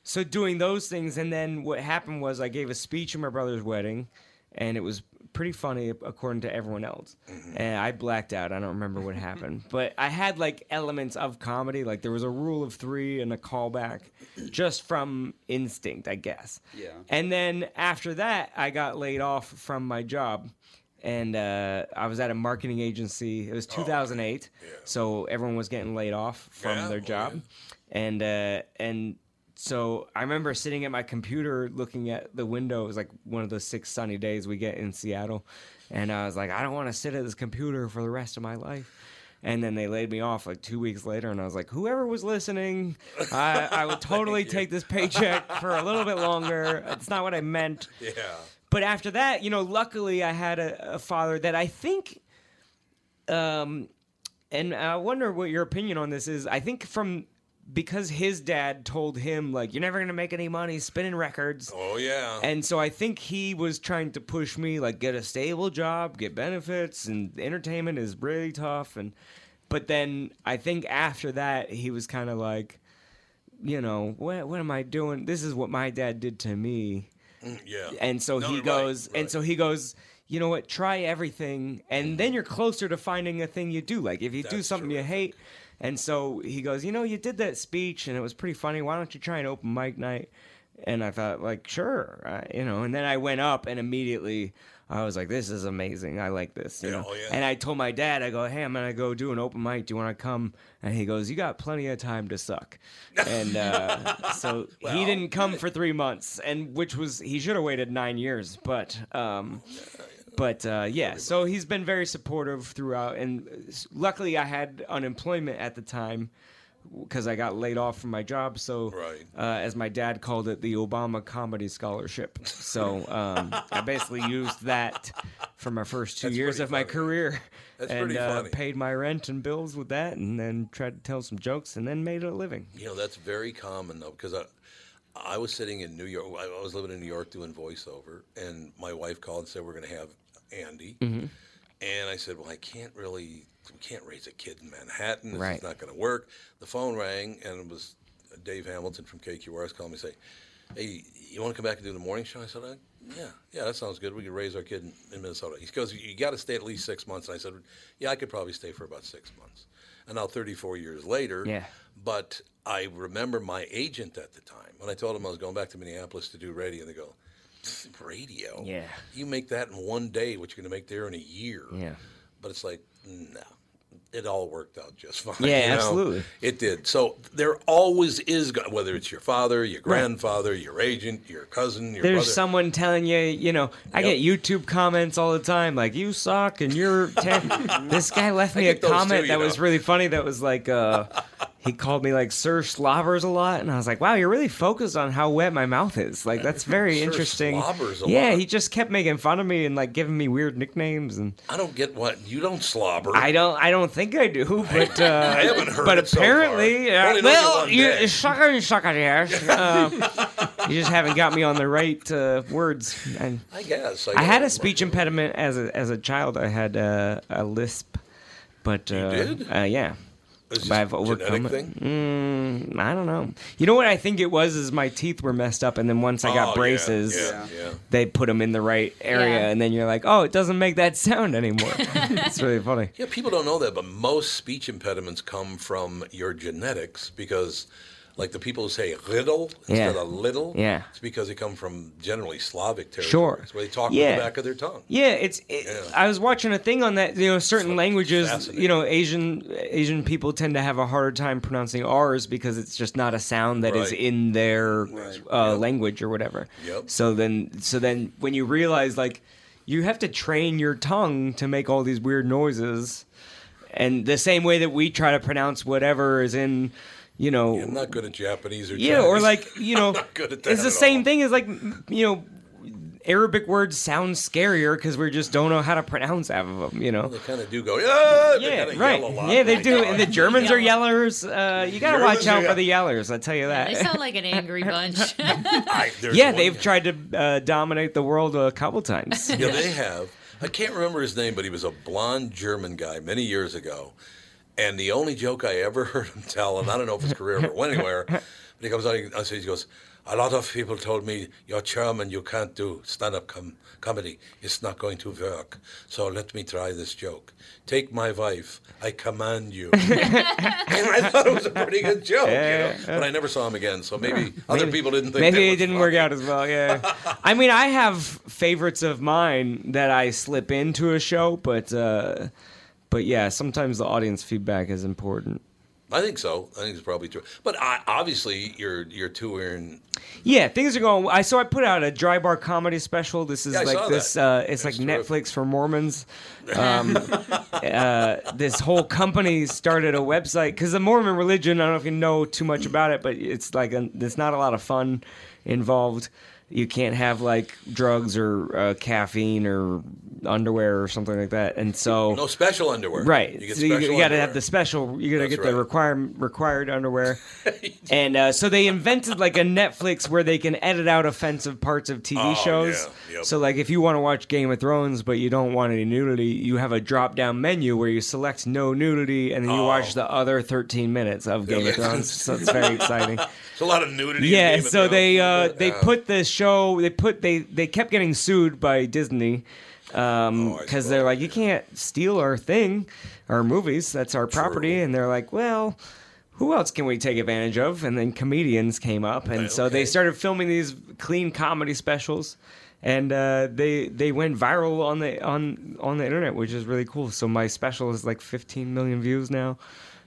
Speaker 3: so doing those things, and then what happened was I gave a speech at my brother's wedding, and it was pretty funny according to everyone else.
Speaker 1: Mm-hmm.
Speaker 3: And I blacked out. I don't remember what happened, but I had like elements of comedy. Like there was a rule of three and a callback, just from instinct, I guess.
Speaker 7: Yeah.
Speaker 3: And then after that, I got laid off from my job. And uh, I was at a marketing agency. It was
Speaker 1: Oh,
Speaker 3: 2008, so everyone was getting laid off from
Speaker 1: Yeah,
Speaker 3: their
Speaker 1: oh,
Speaker 3: job, and uh, and so I remember sitting at my computer looking at the window. It was like one of those six sunny days we get in Seattle, and I was like, I don't want to sit at this computer for the rest of my life. And then they laid me off like two weeks later, and I was like, whoever was listening, I, I would totally take this paycheck for a little bit longer. It's not what I meant.
Speaker 1: Yeah.
Speaker 3: But after that, you know, luckily I had a, a father that I think, um, and I wonder what your opinion on this is. I think from because his dad told him like you're never gonna make any money spinning records.
Speaker 1: Oh yeah.
Speaker 3: And so I think he was trying to push me like get a stable job, get benefits, and entertainment is really tough. And but then I think after that he was kind of like, you know, what what am I doing? This is what my dad did to me.
Speaker 1: yeah.
Speaker 3: And so
Speaker 1: No,
Speaker 3: he
Speaker 1: you're right,
Speaker 3: goes,
Speaker 1: right. Mm-hmm.
Speaker 3: and so he goes. You know what? Try everything, and then you're closer to finding a thing you do. Like if you do
Speaker 1: That's
Speaker 3: something you hate, and so he goes, you know, you did that speech, and it was pretty funny. Why don't you try an open mic night? And I thought, like, sure, I, you know. And then I went up, and immediately I was like, this is amazing. I like this, you
Speaker 1: Yeah,
Speaker 3: know.
Speaker 1: oh, yeah.
Speaker 3: And I told my dad, I go, hey, I'm gonna go do an open mic. Do you want to come? And he goes, you got plenty of time to suck. And uh, so he didn't come for three months, and which was he should have waited nine years, but um, but uh, yeah. So he's been very supportive throughout, and uh, s- luckily I had unemployment at the time because I got laid off from my job. So
Speaker 1: Right.
Speaker 3: uh, as my dad called it, the Obama Comedy Scholarship. So um, I basically used that for my first two
Speaker 1: That's
Speaker 3: years
Speaker 1: pretty
Speaker 3: of my
Speaker 1: funny.
Speaker 3: career.
Speaker 1: That's
Speaker 3: and
Speaker 1: pretty
Speaker 3: uh,
Speaker 1: funny.
Speaker 3: paid my rent and bills with that, and then tried to tell some jokes, and then made a living.
Speaker 1: You know, that's very common though, because I, I was sitting in New York. I I was living in New York doing voiceover, and my wife called and said we're going to have Andy.
Speaker 3: Mhm.
Speaker 1: And I said, well, I can't really, we can't raise a kid in Manhattan. This
Speaker 3: Right.
Speaker 1: is not going to work. The phone rang, and it was Dave Hamilton from KQRS calling me and say, hey, you want to come back and do the morning show? I said, I, yeah, yeah, that sounds good. We could raise our kid in, in Minnesota. He goes, you got to stay at least six months. And I said, yeah, I could probably stay for about six months. And now 34 years later,
Speaker 3: Yeah.
Speaker 1: but I remember my agent at the time when I told him I was going back to Minneapolis to do radio. They go, "Pfft, radio?
Speaker 3: Yeah.
Speaker 1: You make that in one day, what you're going to make there in a year.
Speaker 3: Yeah.
Speaker 1: But it's like, no, it all worked out just fine.
Speaker 3: Yeah,
Speaker 1: you know?
Speaker 3: absolutely.
Speaker 1: It did. So there always is, go- whether it's your father, your
Speaker 3: Right.
Speaker 1: grandfather, your agent, your cousin, your
Speaker 3: There's
Speaker 1: brother.
Speaker 3: someone telling you, you know, I
Speaker 1: Yep.
Speaker 3: get YouTube comments all the time like you suck and you're ten. this guy left
Speaker 1: I
Speaker 3: me a
Speaker 1: get those too,
Speaker 3: comment
Speaker 1: you
Speaker 3: that was
Speaker 1: know.
Speaker 3: really funny that was like uh he called me like Sir Slobbers a lot and I was like, "Wow, you're really focused on how wet my mouth is." Like that's very
Speaker 1: Sir
Speaker 3: interesting.
Speaker 1: Slobbers a
Speaker 3: yeah,
Speaker 1: lot.
Speaker 3: he just kept making fun of me and like giving me weird nicknames and
Speaker 1: I don't get what you don't slobber.
Speaker 3: I don't. I don't think I do, but uh,
Speaker 1: I haven't heard
Speaker 3: But
Speaker 1: it so
Speaker 3: apparently,
Speaker 1: far.
Speaker 3: uh,
Speaker 1: Only known you
Speaker 3: well,
Speaker 1: one
Speaker 3: you
Speaker 1: day.
Speaker 3: sucker, you sucker, yes. Uh, you just haven't got me on the right uh, words. And
Speaker 1: I guess.
Speaker 3: I had a
Speaker 1: don't-
Speaker 3: speech impediment as a as a child. I had uh, a lisp, but uh,
Speaker 1: did?
Speaker 3: Uh, yeah.
Speaker 1: Is this
Speaker 3: But I've
Speaker 1: a
Speaker 3: overcome
Speaker 1: genetic
Speaker 3: it. Mm, I don't know. You know what I think it was is my teeth were messed up, and then once I
Speaker 1: Oh,
Speaker 3: got
Speaker 1: yeah,
Speaker 3: braces,
Speaker 1: yeah, yeah.
Speaker 3: they put them in the right area,
Speaker 2: Yeah.
Speaker 3: and then you're like, oh, it doesn't make that sound anymore. it's really funny.
Speaker 1: Yeah, people don't know that, but most speech impediments come from your genetics because, like the people who say riddle
Speaker 3: Yeah.
Speaker 1: instead of little,
Speaker 3: Yeah.
Speaker 1: it's because they come from generally Slavic territories
Speaker 3: Sure.
Speaker 1: where they talk
Speaker 3: Yeah.
Speaker 1: with the back of their tongue.
Speaker 3: Yeah, it's. It,
Speaker 1: Yeah.
Speaker 3: I was watching a thing on that. You know, certain languages.
Speaker 1: fascinating.
Speaker 3: You know, Asian Asian people tend to have a harder time pronouncing R's because it's just not a sound that is
Speaker 1: Right.
Speaker 3: in their uh, language or whatever.
Speaker 1: Yep.
Speaker 3: So then, so then, when you realize like you have to train your tongue to make all these weird noises, and the same way that we try to pronounce whatever is in, you know,
Speaker 1: I'm not good at Japanese or
Speaker 3: yeah, or
Speaker 1: Chinese.
Speaker 3: like you know,
Speaker 1: I'm not good at that
Speaker 3: it's the
Speaker 1: at
Speaker 3: same
Speaker 1: all.
Speaker 3: thing as like m- you know, Arabic words sound scarier because we just don't know how to pronounce half of them. You know.
Speaker 1: They kind of do go, yeah, they
Speaker 3: Yeah,
Speaker 1: kinda
Speaker 3: right.
Speaker 1: Yell a lot.
Speaker 3: Yeah, they
Speaker 1: My
Speaker 3: do.
Speaker 1: God.
Speaker 3: And the Germans are yellers. Uh, you gotta
Speaker 1: Germans
Speaker 3: watch
Speaker 1: are
Speaker 3: out for
Speaker 1: yell-
Speaker 3: the yellers. I tell you that.
Speaker 2: They sound like an angry bunch.
Speaker 1: I- there's
Speaker 3: yeah,
Speaker 1: one
Speaker 3: they've
Speaker 1: guy-
Speaker 3: tried to uh, dominate the world a couple times.
Speaker 1: Yeah, they have. I can't remember his name, but he was a blonde German guy many years ago. And the only joke I ever heard him tell, and I don't know if his career ever went anywhere, but he comes out and he goes, A lot of people told me, You're German, you can't do stand up com- comedy. It's not going to work. So let me try this joke. Take my wife. I command you. and I thought it was a pretty good joke, you know? But I never saw him again, so maybe other people didn't think that
Speaker 3: Maybe it
Speaker 1: was
Speaker 3: didn't
Speaker 1: funny.
Speaker 3: work out as well. Yeah. I mean, I have favorites of mine that I slip into a show, but uh, but yeah, sometimes the audience feedback is important.
Speaker 1: I think so. I think it's probably true. But I, obviously, you're you're touring.
Speaker 3: Yeah, things are going. I so I put out a dry bar comedy special. This is
Speaker 1: Yeah, I
Speaker 3: like
Speaker 1: saw
Speaker 3: this.
Speaker 1: that.
Speaker 3: Uh, it's
Speaker 1: That's
Speaker 3: like
Speaker 1: terrific.
Speaker 3: Netflix for Mormons. Um, uh, this whole company started a website because the Mormon religion. I don't know if you know too much about it, but it's like a, there's not a lot of fun involved. You can't have like drugs or uh, caffeine or underwear or something like that, and so
Speaker 1: No special underwear.
Speaker 3: Right.
Speaker 1: You get
Speaker 3: so you,
Speaker 1: special
Speaker 3: got to
Speaker 1: underwear.
Speaker 3: have the special. You got to
Speaker 1: That's
Speaker 3: get the
Speaker 1: right.
Speaker 3: requirement required underwear. and uh, so they invented like a Netflix where they can edit out offensive parts of TV
Speaker 1: Oh,
Speaker 3: shows.
Speaker 1: yeah. Yep.
Speaker 3: So like if you want to watch Game of Thrones but you don't want any nudity, you have a drop down menu where you select no nudity and then you watch the other 13 minutes of Game of
Speaker 1: Oh. Yeah.
Speaker 3: Thrones. so it's very exciting.
Speaker 1: It's a lot of nudity. in
Speaker 3: Yeah,
Speaker 1: Game of
Speaker 3: so
Speaker 1: Thrones.
Speaker 3: they uh, they
Speaker 1: Yeah.
Speaker 3: put the show. They put they they kept getting sued by Disney because
Speaker 1: Oh, I
Speaker 3: they're
Speaker 1: see.
Speaker 3: like, you can't steal our thing, our movies. That's our property,
Speaker 1: True.
Speaker 3: and they're like, well. Who else can we take advantage of? And then comedians came up, and
Speaker 1: Right,
Speaker 3: so they
Speaker 1: okay.
Speaker 3: started filming these clean comedy specials, and uh, they they went viral on the on on the internet, which is really cool. So my special is like 15 million views now,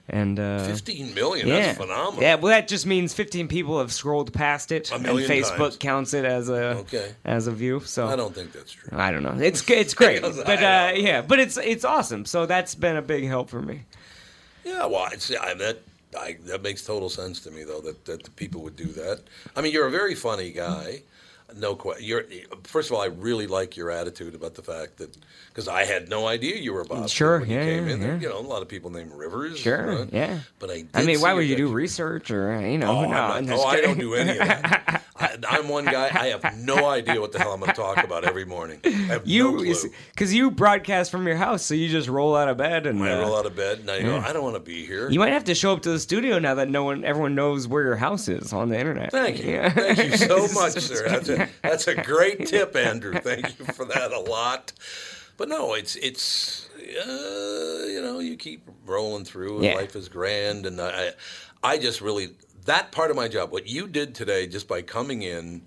Speaker 3: and uh,
Speaker 1: fifteen million. That's phenomenal.
Speaker 3: yeah, well, that just means 15 people have scrolled past it,
Speaker 1: A
Speaker 3: and
Speaker 1: million
Speaker 3: Facebook
Speaker 1: times.
Speaker 3: counts it as a
Speaker 1: Okay.
Speaker 3: as a view. So
Speaker 1: I don't think that's true.
Speaker 3: I don't know. It's g- it's great,
Speaker 1: Because I
Speaker 3: but uh,
Speaker 1: don't.
Speaker 3: yeah, but it's it's awesome. So that's been a big help for me.
Speaker 1: Yeah, well, I'd say I, that I, that makes total sense to me, though that that the people would do that. I mean, you're a very funny guy. No question. You're first of all, I really like your attitude about the fact that because I had no idea you were a Bobcat
Speaker 3: Sure,
Speaker 1: when
Speaker 3: yeah,
Speaker 1: you came in. There,
Speaker 3: yeah.
Speaker 1: you know, a lot of people named Rivers.
Speaker 3: Sure,
Speaker 1: you know,
Speaker 3: yeah.
Speaker 1: But I. Did
Speaker 3: I mean, why
Speaker 1: see
Speaker 3: would you
Speaker 1: that-
Speaker 3: do research or uh, you know?
Speaker 1: Oh, I'm
Speaker 3: no,
Speaker 1: not-
Speaker 3: I'm
Speaker 1: oh,
Speaker 3: just
Speaker 1: I don't
Speaker 3: kidding.
Speaker 1: do any of that. I, I'm one guy. I have no idea what the hell I'm going to talk about every morning. I have no
Speaker 3: You,
Speaker 1: clue.
Speaker 3: because you broadcast from your house, so you just roll out of bed and
Speaker 1: I
Speaker 3: uh,
Speaker 1: roll out of bed and I go,
Speaker 3: yeah.
Speaker 1: I don't want to be here.
Speaker 3: You might have to show up to the studio now that no one, everyone knows where your house is on the internet.
Speaker 1: Thank you.
Speaker 3: Yeah.
Speaker 1: Thank you so much, sir. That's a, that's a great tip, Andrew. Thank you for that a lot. But no, it's it's uh, you know you keep rolling through and
Speaker 3: Yeah.
Speaker 1: life is grand and I I just really that part of my job what you did today just by coming in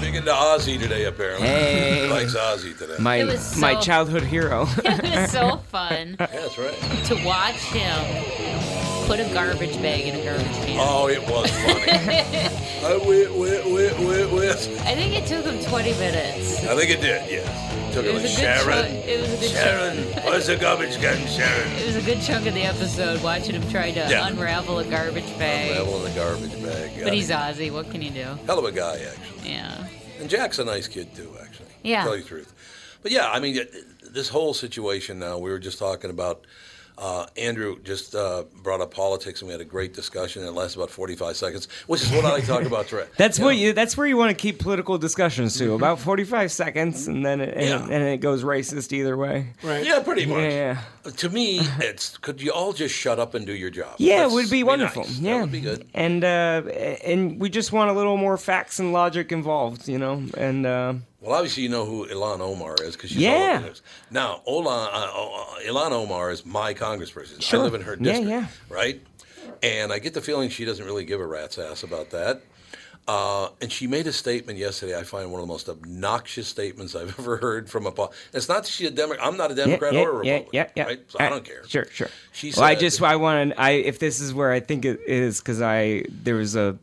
Speaker 1: Big into Ozzy today, apparently.
Speaker 3: Hey.
Speaker 1: Likes Ozzy today.
Speaker 3: My
Speaker 2: It was
Speaker 3: my
Speaker 2: so-
Speaker 3: childhood hero.
Speaker 2: it was so fun
Speaker 1: That's right.
Speaker 2: to watch him put a garbage bag in a garbage can.
Speaker 1: Oh, it was funny. Oh, I went, went, went, went, went.
Speaker 2: I think it took him 20 minutes.
Speaker 1: I think it did, yes. Took
Speaker 2: It
Speaker 1: it
Speaker 2: was
Speaker 1: like
Speaker 2: a good cho-
Speaker 1: Sharon.
Speaker 2: it was a good
Speaker 1: Sharon, where's the garbage can, Sharon?
Speaker 2: It was a good chunk of the episode watching him try to
Speaker 1: Yeah.
Speaker 2: unravel a garbage bag.
Speaker 1: Rebel in the garbage bag.
Speaker 2: But he's Ozzy. What can you do?
Speaker 1: Hell of a guy, actually.
Speaker 2: Yeah.
Speaker 1: And Jack's a nice kid, too, actually.
Speaker 2: Yeah.
Speaker 1: To tell you the truth. But yeah, I mean, this whole situation now, we were just talking about. Uh, Andrew just uh, brought up politics, and we had a great discussion. And it lasted about 45 seconds, which is what I like to talk about, Trey.
Speaker 3: That's what you. That's where you want to keep political discussions to about
Speaker 1: Mm-hmm.
Speaker 3: forty-five seconds, and then it, and, and it goes racist either way.
Speaker 4: Right.
Speaker 1: Yeah, pretty much.
Speaker 3: Yeah,
Speaker 1: To me, it's could you all just shut up and do your job?
Speaker 3: yeah, it
Speaker 1: That's-
Speaker 3: would be wonderful.
Speaker 1: nice.
Speaker 3: Yeah,
Speaker 1: would be good.
Speaker 3: And uh, and we just want a little more facts and logic involved, you know. And uh,
Speaker 1: Well, obviously you know who Ilan Omar is because she's all
Speaker 3: Yeah.
Speaker 1: over the news. Now, Olan, uh, uh, Ilan Omar is my congressperson.
Speaker 3: Sure.
Speaker 1: I live in her
Speaker 3: Yeah,
Speaker 1: district,
Speaker 3: yeah.
Speaker 1: right? And I get the feeling she doesn't really give a rat's ass about that. Uh, and she made a statement yesterday. I find one of the most obnoxious statements I've ever heard from a. Po- it's not that she's a Democrat. I'm not a Democrat
Speaker 3: yeah,
Speaker 1: or a
Speaker 3: yeah,
Speaker 1: Republican.
Speaker 3: yeah, yeah.
Speaker 1: Right? So I
Speaker 3: Uh,
Speaker 1: don't care.
Speaker 3: Sure, sure.
Speaker 1: She
Speaker 3: well, I
Speaker 1: said-
Speaker 3: just I want to. I if this is where I think it is because I there was a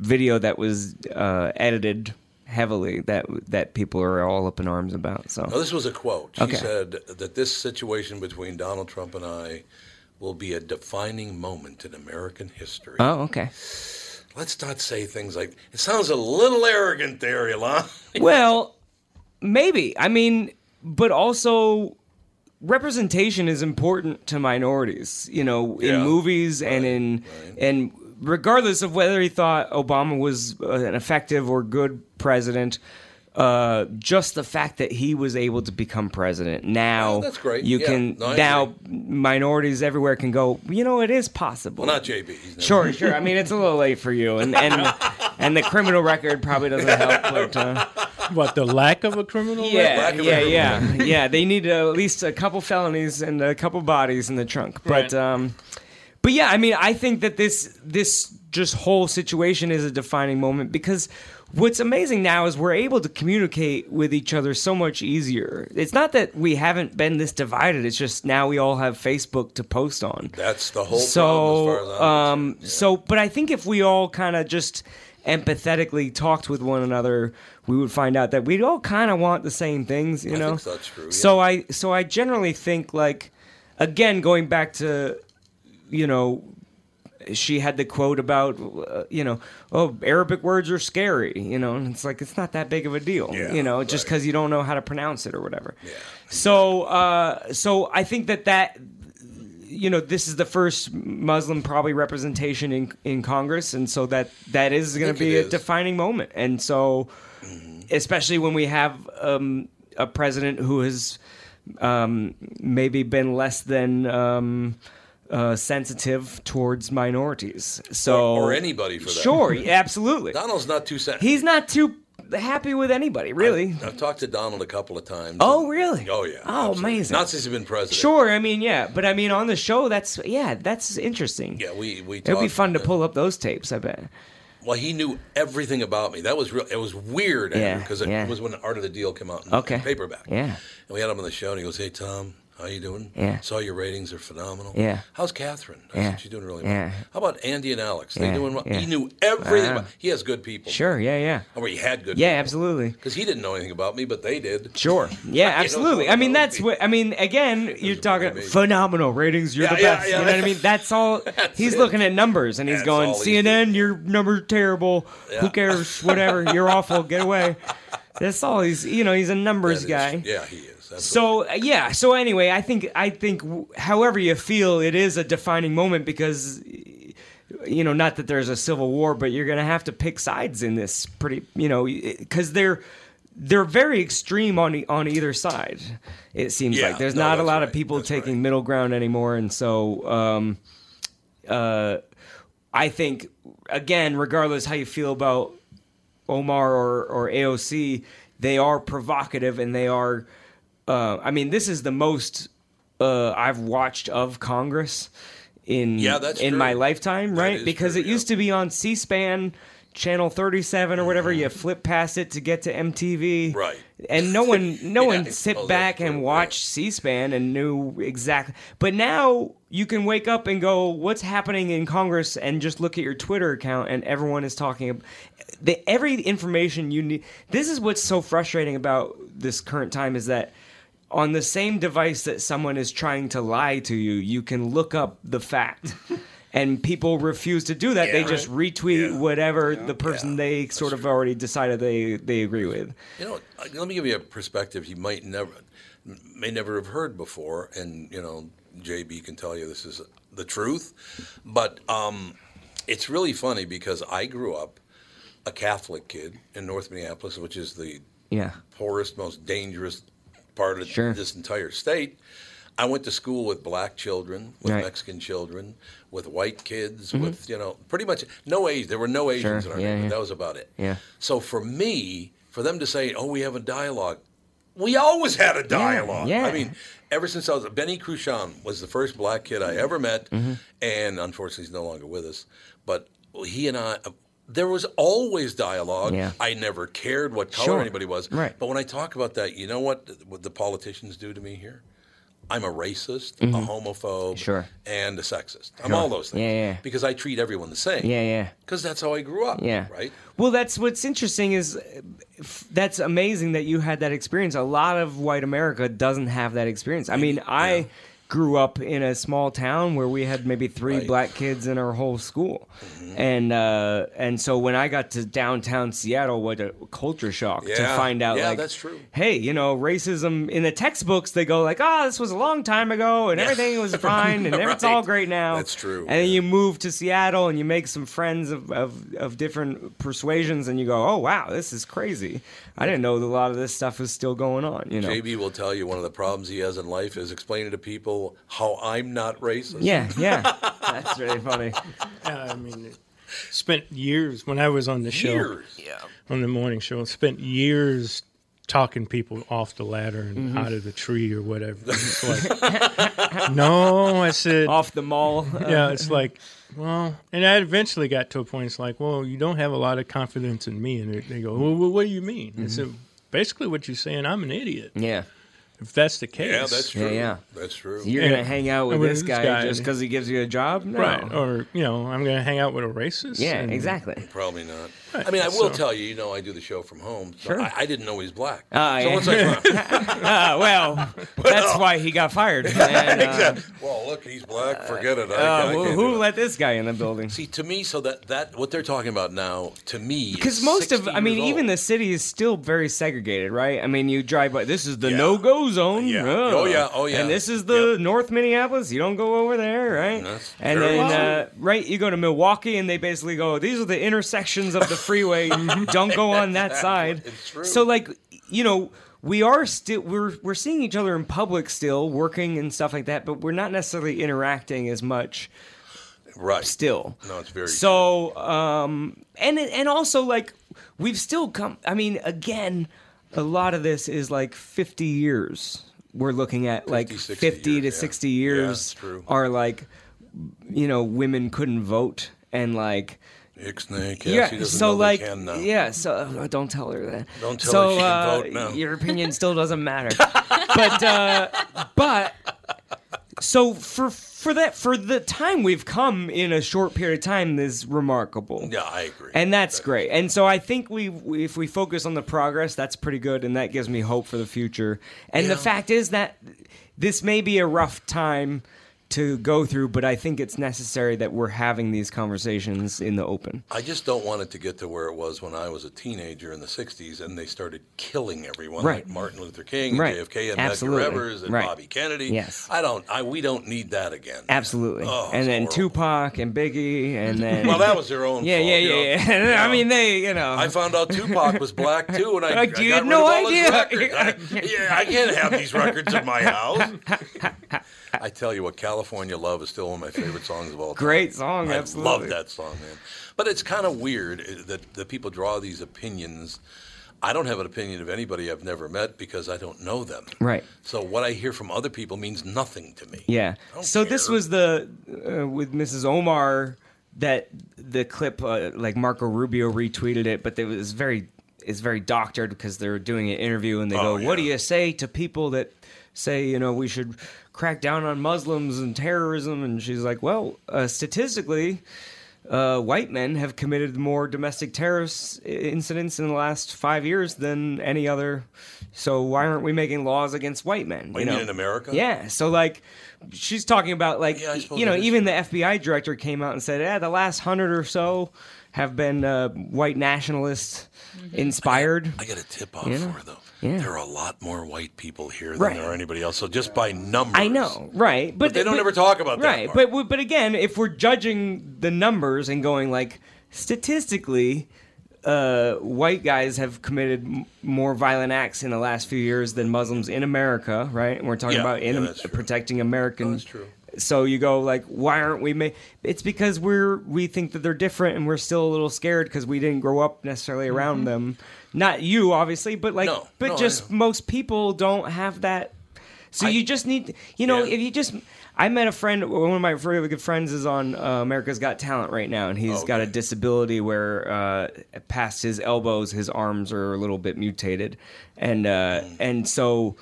Speaker 3: video that was uh, edited heavily that that people are all up in arms about. So
Speaker 1: No, this was a quote. She
Speaker 3: Okay.
Speaker 1: said that this situation between Donald Trump and I will be a defining moment in American history.
Speaker 3: Oh, okay.
Speaker 1: Let's not say things like it sounds a little arrogant there, Elon.
Speaker 3: Well, maybe. I mean, but also representation is important to minorities, you know, in
Speaker 1: Yeah,
Speaker 3: movies and in and regardless of whether he thought Obama was uh, an effective or good president, uh, just the fact that he was able to become president now,
Speaker 1: that's great.
Speaker 3: you
Speaker 1: Yeah.
Speaker 3: can
Speaker 1: No, I
Speaker 3: now minorities everywhere can go. You know, it is possible.
Speaker 1: Well, not JB. He's never-
Speaker 3: Sure, sure. I mean, it's a little late for you, and and and the criminal record probably doesn't help. But uh,
Speaker 4: What the lack of a criminal?
Speaker 3: yeah,
Speaker 4: record?
Speaker 3: yeah, yeah, yeah. They need uh, at least a couple felonies and a couple bodies in the trunk. But
Speaker 4: Right.
Speaker 3: um, but yeah, I mean, I think that this this just whole situation is a defining moment because what's amazing now is we're able to communicate with each other so much easier. It's not that we haven't been this divided. It's just now we all have Facebook to post on
Speaker 1: That's the whole
Speaker 3: so,
Speaker 1: problem as far as I'm
Speaker 3: um, so, but I think if we all kind of just empathetically talked with one another, we would find out that we all kind of want the same things, you
Speaker 1: I
Speaker 3: know.
Speaker 1: think that's true, yeah.
Speaker 3: So I, so I generally think like, again, going back to, you know, she had the quote about, uh, you know, oh, Arabic words are scary, you know, and it's like it's not that big of a deal,
Speaker 1: Yeah,
Speaker 3: you know, just
Speaker 1: right.
Speaker 3: because you don't know how to pronounce it or whatever. Yeah. So, uh, so I think that that you know this is the first Muslim probably representation in in Congress, and so that that is going
Speaker 1: think
Speaker 3: to be
Speaker 1: it
Speaker 3: a
Speaker 1: is. Mm-hmm.
Speaker 3: defining moment, and so especially when we have um, a president who has um, maybe been less than. Um, uh, sensitive towards minorities, so
Speaker 1: Or- or anybody for that
Speaker 3: Sure,
Speaker 1: matter.
Speaker 3: absolutely.
Speaker 1: Donald's not too sad.
Speaker 3: He's not too happy with anybody, really.
Speaker 1: I've talked to Donald a couple of times.
Speaker 3: Oh, really?
Speaker 1: Oh yeah.
Speaker 3: Oh, amazing.
Speaker 1: Not since he's been president.
Speaker 3: Sure, I mean, yeah, but I mean, on the show, that's yeah, that's interesting.
Speaker 1: Yeah, we we.
Speaker 3: It would be
Speaker 1: talked-
Speaker 3: fun to pull up those tapes, I bet.
Speaker 1: Well, he knew everything about me. That was real. It was weird,
Speaker 3: Yeah,
Speaker 1: because it
Speaker 3: yeah.
Speaker 1: was when Art of the Deal came out in,
Speaker 3: Okay.
Speaker 1: in paperback.
Speaker 3: Yeah.
Speaker 1: And we had him on the show, and he goes, "Hey, Tom, how you doing?
Speaker 3: Yeah.
Speaker 1: Saw your ratings are phenomenal.
Speaker 3: Yeah.
Speaker 1: How's Catherine? I
Speaker 3: Yeah.
Speaker 1: said, She's doing really well.
Speaker 3: Yeah.
Speaker 1: How about Andy and Alex? They
Speaker 3: Yeah,
Speaker 1: doing well.
Speaker 3: yeah.
Speaker 1: He knew everything.
Speaker 3: Wow.
Speaker 1: About, he has good people.
Speaker 3: Sure, yeah, yeah.
Speaker 1: Or he had good.
Speaker 3: Yeah, absolutely.
Speaker 1: Because he didn't know anything about me, but they did.
Speaker 3: Sure. Yeah, absolutely. I mean, that's what I mean. Again, you're talking phenomenal ratings. You're
Speaker 1: Yeah,
Speaker 3: the
Speaker 1: yeah,
Speaker 3: best.
Speaker 1: yeah.
Speaker 3: You know what I mean? That's all. he's
Speaker 1: it.
Speaker 3: looking at numbers and he's
Speaker 1: That's
Speaker 3: going,
Speaker 1: all he's
Speaker 3: CNN, your number's terrible.
Speaker 1: Yeah.
Speaker 3: Who cares? Whatever. You're awful. Get away. That's all. He's you know he's a numbers guy.
Speaker 1: Yeah, he is. That's
Speaker 3: So uh, yeah. So anyway, I think I think w- however you feel, it is a defining moment because y- you know not that there's a civil war, but you're gonna have to pick sides in this pretty you know because they're they're very extreme on e- on either side. It seems
Speaker 1: Yeah,
Speaker 3: like there's
Speaker 1: no,
Speaker 3: not a
Speaker 1: that's
Speaker 3: lot of people taking middle ground anymore, and so um, uh, I think again, regardless how you feel about Omar or, or AOC, they are provocative and they are. Uh, I mean, this is the most uh, I've watched of Congress in
Speaker 1: Yeah, that's
Speaker 3: in
Speaker 1: true.
Speaker 3: my lifetime, right? Because it used to be on C-SPAN, channel 37 or whatever.
Speaker 1: Mm-hmm.
Speaker 3: You flip past it to get to MTV, right? And no one, no one sit back and watch C-SPAN and knew exactly. But now you can wake up and go, "What's happening in Congress?" and just look at your Twitter account, and everyone is talking. About, the every information you need. This is what's so frustrating about this current time is that on the same device that someone is trying to lie to you, you can look up the fact. and people refuse to do that. they
Speaker 1: Yeah.
Speaker 3: just retweet whatever the person they sort of already decided they, they agree with.
Speaker 1: You know, uh, let me give you a perspective you might never, m- may never have heard before, and you know, JB can tell you this is the truth. But um, it's really funny because I grew up a Catholic kid in North Minneapolis, which is the
Speaker 3: Yeah.
Speaker 1: poorest, most dangerous part of
Speaker 3: Sure.
Speaker 1: this entire state. I went to school with black children, with
Speaker 3: Right.
Speaker 1: Mexican children, with white kids,
Speaker 3: Mhm.
Speaker 1: with you know, pretty much no age. There were no Asians
Speaker 3: Sure,
Speaker 1: in our
Speaker 3: yeah,
Speaker 1: neighborhood.
Speaker 3: yeah.
Speaker 1: That was about it.
Speaker 3: Yeah.
Speaker 1: So for me, for them to say, "Oh, we have a dialogue," we always had a dialogue.
Speaker 3: yeah.
Speaker 1: I mean, ever since I was Benny Cruchon was the first black kid I ever met,
Speaker 3: Mhm.
Speaker 1: and unfortunately, he's no longer with us. But he and I, uh, there was always dialogue.
Speaker 3: Yeah.
Speaker 1: I never cared what color
Speaker 3: Sure.
Speaker 1: anybody was.
Speaker 3: Right.
Speaker 1: But when I talk about that, you know what th- what the politicians do to me here? I'm a racist, a
Speaker 3: Mhm.
Speaker 1: homophobe,
Speaker 3: Sure.
Speaker 1: and a sexist. I'm
Speaker 3: Sure.
Speaker 1: all those things.
Speaker 3: Yeah, yeah.
Speaker 1: Because I treat everyone the same.
Speaker 3: Yeah, yeah.
Speaker 1: Because that's how I grew up.
Speaker 3: Yeah.
Speaker 1: Right.
Speaker 3: Well, that's what's interesting is uh, f- that's amazing that you had that experience. A lot of white America doesn't have that experience. I mean, I grew up in a small town where we had maybe three black kids in our whole school,
Speaker 1: Mm-hmm.
Speaker 3: and uh, and so when I got to downtown Seattle, what a culture shock to
Speaker 1: Yeah.
Speaker 3: find out
Speaker 1: Yeah,
Speaker 3: like
Speaker 1: that's true.
Speaker 3: hey, you know, racism in the textbooks they go like, ah, this was a long time ago and everything was fine and it's all great now. That's true. And then you move to Seattle and you make some friends of, of, of different persuasions and you go, oh wow, this is crazy. I didn't know that a lot of this stuff was still going on. You know,
Speaker 1: JB will tell you one of the problems he has in life is explaining to people how I'm not racist.
Speaker 3: Yeah, yeah. That's really funny.
Speaker 4: Yeah, I mean, it spent years when I was on the show,
Speaker 1: Years. Yeah.
Speaker 4: on the morning show, spent years talking people off the ladder and
Speaker 3: Mhm.
Speaker 4: out of the tree or whatever. It's like, no, I said
Speaker 3: off the mall.
Speaker 4: yeah, it's like, well, and I eventually got to a point. It's like, well, you don't have a lot of confidence in me, and they- they go, well, what do you mean? I said,
Speaker 3: Mhm.
Speaker 4: basically, what you're saying, I'm an idiot.
Speaker 3: Yeah.
Speaker 4: If that's the case,
Speaker 3: Yeah, that's Yeah, true. yeah.
Speaker 1: That's true.
Speaker 3: You're
Speaker 4: And-
Speaker 3: gonna hang out with
Speaker 4: and
Speaker 3: this guy Oh, just 'cause he gives you a job? No.
Speaker 4: right? Or you know, I'm gonna hang out with a racist. and-
Speaker 1: Probably not.
Speaker 4: Right,
Speaker 1: I mean, I will
Speaker 4: so-
Speaker 1: tell you, you know, I do the show from home. So
Speaker 3: Sure.
Speaker 1: I, I didn't know he was black.
Speaker 3: Ah,
Speaker 1: so
Speaker 3: yeah.
Speaker 1: once I found
Speaker 3: Ah, well, that's why he got fired. And, uh,
Speaker 1: Exactly. Well, look, he's black. Forget it. I,
Speaker 3: uh,
Speaker 1: I
Speaker 3: who-
Speaker 1: can't do
Speaker 3: who let this guy in the building?
Speaker 1: See, to me, so that that what they're talking about now, to me,
Speaker 3: Because
Speaker 1: is
Speaker 3: most of,
Speaker 1: 60
Speaker 3: I mean,
Speaker 1: years old.
Speaker 3: even the city is still very segregated, right? I mean, you drive by, this is the no go zone. Yeah.
Speaker 1: Oh, yeah. Oh, yeah.
Speaker 3: And this is the North Minneapolis. You don't go over there, right?
Speaker 1: That's
Speaker 3: and
Speaker 1: very
Speaker 3: then,
Speaker 1: true.
Speaker 3: uh, right, you go to Milwaukee and they basically go, these are the intersections of the freeway. don't go on that side. So, like, you know, we are still we're we're seeing each other in public still working and stuff like that, but we're not necessarily interacting as much
Speaker 1: right
Speaker 3: still
Speaker 1: no, it's very
Speaker 3: so um and it- and also like we've still come i mean again a lot of this is like 50 years we're looking at like 50,
Speaker 1: 60
Speaker 3: to 60 years are like you know women couldn't vote and like
Speaker 1: Ixnay, Cassie
Speaker 3: yeah,
Speaker 1: doesn't
Speaker 3: so
Speaker 1: know
Speaker 3: like,
Speaker 1: they can now.
Speaker 3: yeah, so uh, don't tell her that.
Speaker 1: Don't tell
Speaker 3: so,
Speaker 1: her she can
Speaker 3: uh,
Speaker 1: vote now.
Speaker 3: Your opinion still doesn't matter. but uh, but so for for that for the time we've come in a short period of time is remarkable.
Speaker 1: Yeah, I agree.
Speaker 3: And that's great. And so I think we, we if we focus on the progress, that's pretty good, and that gives me hope for the future. And the
Speaker 9: Yeah.
Speaker 3: fact is that this may be a rough time to go through, but I think it's necessary that we're having these conversations in the open.
Speaker 1: I just don't want it to get to where it was when I was a teenager in the '60s, and they started killing everyone,
Speaker 3: Right.
Speaker 1: like Martin Luther King, and
Speaker 3: Right.
Speaker 1: JFK, and
Speaker 3: Absolutely.
Speaker 1: Medgar Evers, and
Speaker 3: Right.
Speaker 1: Bobby Kennedy.
Speaker 3: Yes.
Speaker 1: I don't. I we don't need that again.
Speaker 3: Absolutely.
Speaker 1: Oh,
Speaker 3: and then Tupac and Biggie, and then
Speaker 1: well, that was their own.
Speaker 3: Yeah,
Speaker 1: fault,
Speaker 3: yeah,
Speaker 1: you know?
Speaker 3: yeah, yeah. I mean, they, you know.
Speaker 1: I found out Tupac was black too, and I,
Speaker 3: Like,
Speaker 1: I
Speaker 3: you
Speaker 1: got
Speaker 3: had
Speaker 1: rid
Speaker 3: no
Speaker 1: of all
Speaker 3: idea.
Speaker 1: His records. I, yeah, I can't have these records in my house. I tell you what, California Love is still one of my favorite songs of all time.
Speaker 3: Great song,
Speaker 1: I love
Speaker 3: absolutely.
Speaker 1: that song, man. But it's kind of weird uh, that, that people draw these opinions. I don't have an opinion of anybody I've never met because I don't know them.
Speaker 3: Right.
Speaker 1: So what I hear from other people means nothing to me.
Speaker 3: Yeah. So this was the uh, with Mrs. Omar that the clip uh, like Marco Rubio retweeted it, but it was very it's very doctored because they're doing an interview and they
Speaker 9: Oh,
Speaker 3: go, "What do you say to people that say you know we should crack down on Muslims and terrorism?" And she's like, "Well, uh, statistically." Uh, white men have committed more domestic terrorist i- incidents in the last five years than any other. So why aren't we making laws against white men?
Speaker 1: What, Oh, you mean in America?
Speaker 3: Yeah. So like, she's talking about like
Speaker 1: Yeah, I suppose
Speaker 3: you know
Speaker 1: it is.
Speaker 3: even the FBI director came out and said, yeah, the last hundred or so have been uh, white nationalist inspired.
Speaker 1: I got a tip off
Speaker 3: Yeah.
Speaker 1: for her though.
Speaker 3: Yeah.
Speaker 1: There are a lot more white people here than
Speaker 3: Right.
Speaker 1: there are anybody else. So just by numbers,
Speaker 3: I know, right? But,
Speaker 1: they don't ever talk about that
Speaker 3: right?
Speaker 1: part.
Speaker 3: But we- but again, if we're judging the numbers and going like statistically, uh, white guys have committed m- more violent acts in the last few years than Muslims in America, right? And we're talking
Speaker 1: Yeah,
Speaker 3: about in,
Speaker 1: yeah, that's Oh,
Speaker 3: protecting American. So you go like, why aren't we? Ma-? It's because we're we think that they're different, and we're still a little scared because we didn't grow up necessarily around
Speaker 1: Mm-hmm.
Speaker 9: Mhm.
Speaker 3: them. Not you, obviously, but like,
Speaker 9: No,
Speaker 3: but
Speaker 9: no, I
Speaker 3: just most people don't have that so you just need, you know, if you just. I met a friend. One of my really good friends is on uh, America's Got Talent right now, and he's
Speaker 1: Oh,
Speaker 3: got a disability where uh, past his elbows, his arms are a little bit mutated, and uh, and so,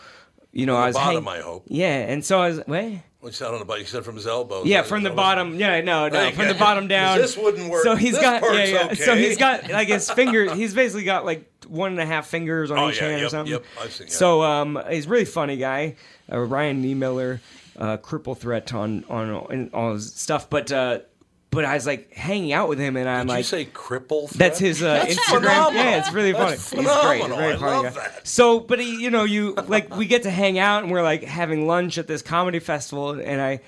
Speaker 3: you know,
Speaker 1: Hmm. From the
Speaker 3: I was
Speaker 1: bottom, I hope.
Speaker 3: Yeah, and so I was. Wait.
Speaker 1: Which I don't know about. You said from his elbow.
Speaker 3: Yeah, from the bottom. Yeah, no, no,
Speaker 1: Like,
Speaker 3: from the
Speaker 1: uh,
Speaker 3: bottom down.
Speaker 1: this wouldn't work.
Speaker 3: So he's
Speaker 1: This
Speaker 3: got, yeah,
Speaker 1: part's
Speaker 3: yeah. So
Speaker 1: okay.
Speaker 3: he's got like his fingers. He's basically got like one and a half fingers on
Speaker 1: Oh,
Speaker 3: each
Speaker 1: yeah,
Speaker 3: hand or
Speaker 1: yep,
Speaker 3: something.
Speaker 1: yep, I've seen that.
Speaker 3: So um, he's a really funny guy, uh, Ryan Niemiller, uh, cripple threat on on all, and all his stuff. But uh, but I was like hanging out with him, and I'm
Speaker 1: Did
Speaker 3: like,
Speaker 1: you say cripple? Threat?
Speaker 3: that's his uh,
Speaker 1: That's
Speaker 3: Instagram.
Speaker 1: phenomenal.
Speaker 3: Yeah, it's really funny.
Speaker 1: That's
Speaker 3: He's great. He's
Speaker 1: phenomenal.
Speaker 3: a very
Speaker 1: I
Speaker 3: funny
Speaker 1: love
Speaker 3: guy. So, but he, you know, you like we get to hang out and we're like having lunch at this comedy festival, and I,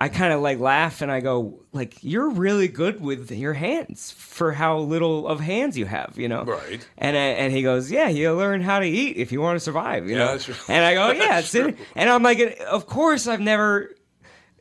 Speaker 3: I kind of like laugh and I go like, "You're really good with your hands for how little of hands you have," you know. Right. And I, and he goes, "Yeah, you learn how to eat if you want to survive," you
Speaker 9: Yeah,
Speaker 3: know.
Speaker 9: that's true.
Speaker 3: And I go, "Yeah,
Speaker 9: That's
Speaker 3: it's it." And I'm like, "Of course, I've never."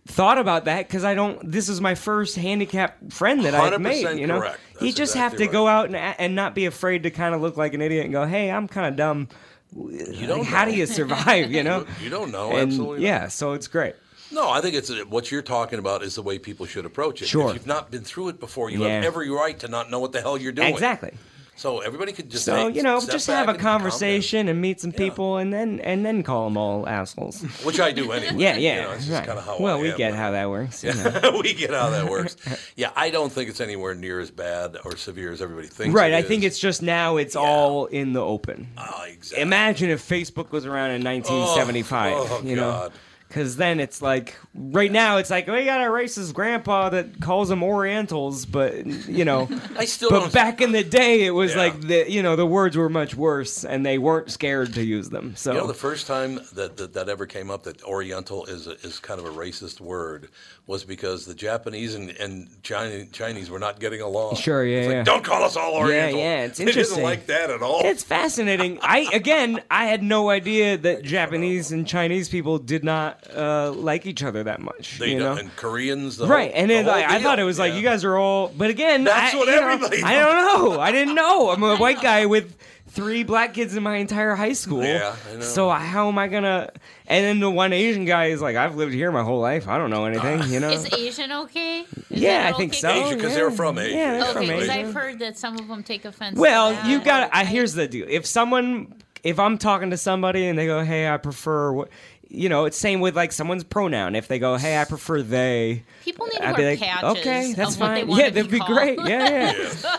Speaker 3: Thought about that because I don't. This is my first handicapped friend that I've made.
Speaker 1: 100%
Speaker 3: You know,
Speaker 1: correct.
Speaker 3: you
Speaker 1: That's
Speaker 3: just have to
Speaker 1: exactly right.
Speaker 3: go out and a- and not be afraid to kind of look like an idiot and go, "Hey, I'm kind of dumb." You
Speaker 1: don't
Speaker 3: how
Speaker 1: know.
Speaker 3: do you survive? You know,
Speaker 1: You don't know,
Speaker 3: And,
Speaker 1: absolutely not.
Speaker 3: Yeah, so it's great.
Speaker 1: No, I think it's what you're talking about is the way people should approach it.
Speaker 3: Sure.
Speaker 1: If you've not been through it before, you have
Speaker 3: Yeah.
Speaker 1: every right to not know what the hell you're doing.
Speaker 3: Exactly.
Speaker 1: So everybody could just
Speaker 3: so
Speaker 1: take-
Speaker 3: you know,
Speaker 1: step
Speaker 3: just
Speaker 1: back
Speaker 3: have a
Speaker 1: and calm down.
Speaker 3: conversation and meet some people, and then and then call them all assholes.
Speaker 1: Which I do anyway.
Speaker 3: Yeah,
Speaker 1: You know,
Speaker 3: yeah.
Speaker 1: it's just
Speaker 3: right.
Speaker 1: kinda how
Speaker 3: well,
Speaker 1: I
Speaker 3: we
Speaker 1: am,
Speaker 3: get
Speaker 1: but-
Speaker 3: how that works. you know.
Speaker 1: Yeah, we get how that works. Yeah, I don't think it's anywhere near as bad or severe as everybody thinks.
Speaker 3: Right,
Speaker 1: it
Speaker 3: I
Speaker 1: is. Ah,
Speaker 3: think it's just now it's all in the open. Oh,
Speaker 1: exactly.
Speaker 3: Imagine if Facebook was around in 1975,
Speaker 1: Oh,
Speaker 3: you know. Cuz then it's like right now it's like we got a racist grandpa that calls them orientals, but you know.
Speaker 1: I still
Speaker 3: But
Speaker 1: don't-
Speaker 3: back in the day it was like the you know the words were much worse and they weren't scared to use them. So
Speaker 1: You know, the first time that, that that ever came up that Oriental is a, is kind of a racist word was because the Japanese and, and Chinese, Chinese were not getting along.
Speaker 3: Sure, yeah,
Speaker 1: It's like,
Speaker 3: yeah.
Speaker 1: Don't call us all Oriental.
Speaker 3: Yeah, yeah, it's
Speaker 1: They
Speaker 3: interesting.
Speaker 1: didn't like that at all.
Speaker 3: It's fascinating. I again, I had no idea that Japanese and Chinese people did not uh, like each other that much.
Speaker 1: They
Speaker 3: you
Speaker 1: don't-
Speaker 3: know,
Speaker 1: and Koreans, the
Speaker 3: right?
Speaker 1: whole-
Speaker 3: and
Speaker 1: the
Speaker 3: then
Speaker 1: whole
Speaker 3: like, I
Speaker 1: deal.
Speaker 3: thought it was like you guys are all, but again,
Speaker 1: That's
Speaker 3: I,
Speaker 1: what
Speaker 3: you know,
Speaker 1: everybody
Speaker 3: I don't know. I didn't know. I'm a white guy with three black kids in my entire high school.
Speaker 9: Yeah, I know.
Speaker 3: So I- how am I gonna? And then the one Asian guy is like, I've lived here my whole life. I don't know anything. You know.
Speaker 2: Is Asian okay? Is
Speaker 3: Yeah,
Speaker 2: that
Speaker 3: I think
Speaker 2: okay?
Speaker 3: so, Asian, 'cause they're yeah. from Asia. Yeah, they're
Speaker 2: okay,
Speaker 3: from
Speaker 2: because
Speaker 3: Asia.
Speaker 2: I've heard that some of them take offense.
Speaker 3: Well,
Speaker 2: to that.
Speaker 3: you got. I here's the deal. If someone, if I'm talking to somebody and they go, "Hey, I prefer," what, you know, it's same with like someone's pronoun. If they go, "Hey, I prefer they,"
Speaker 2: People need to wear
Speaker 3: I'd be like,
Speaker 2: patches
Speaker 3: "Okay, that's
Speaker 2: of what they
Speaker 3: fine.
Speaker 2: want
Speaker 3: Yeah,
Speaker 2: to be
Speaker 3: that'd be
Speaker 2: called.
Speaker 3: great. Yeah, yeah."
Speaker 2: So-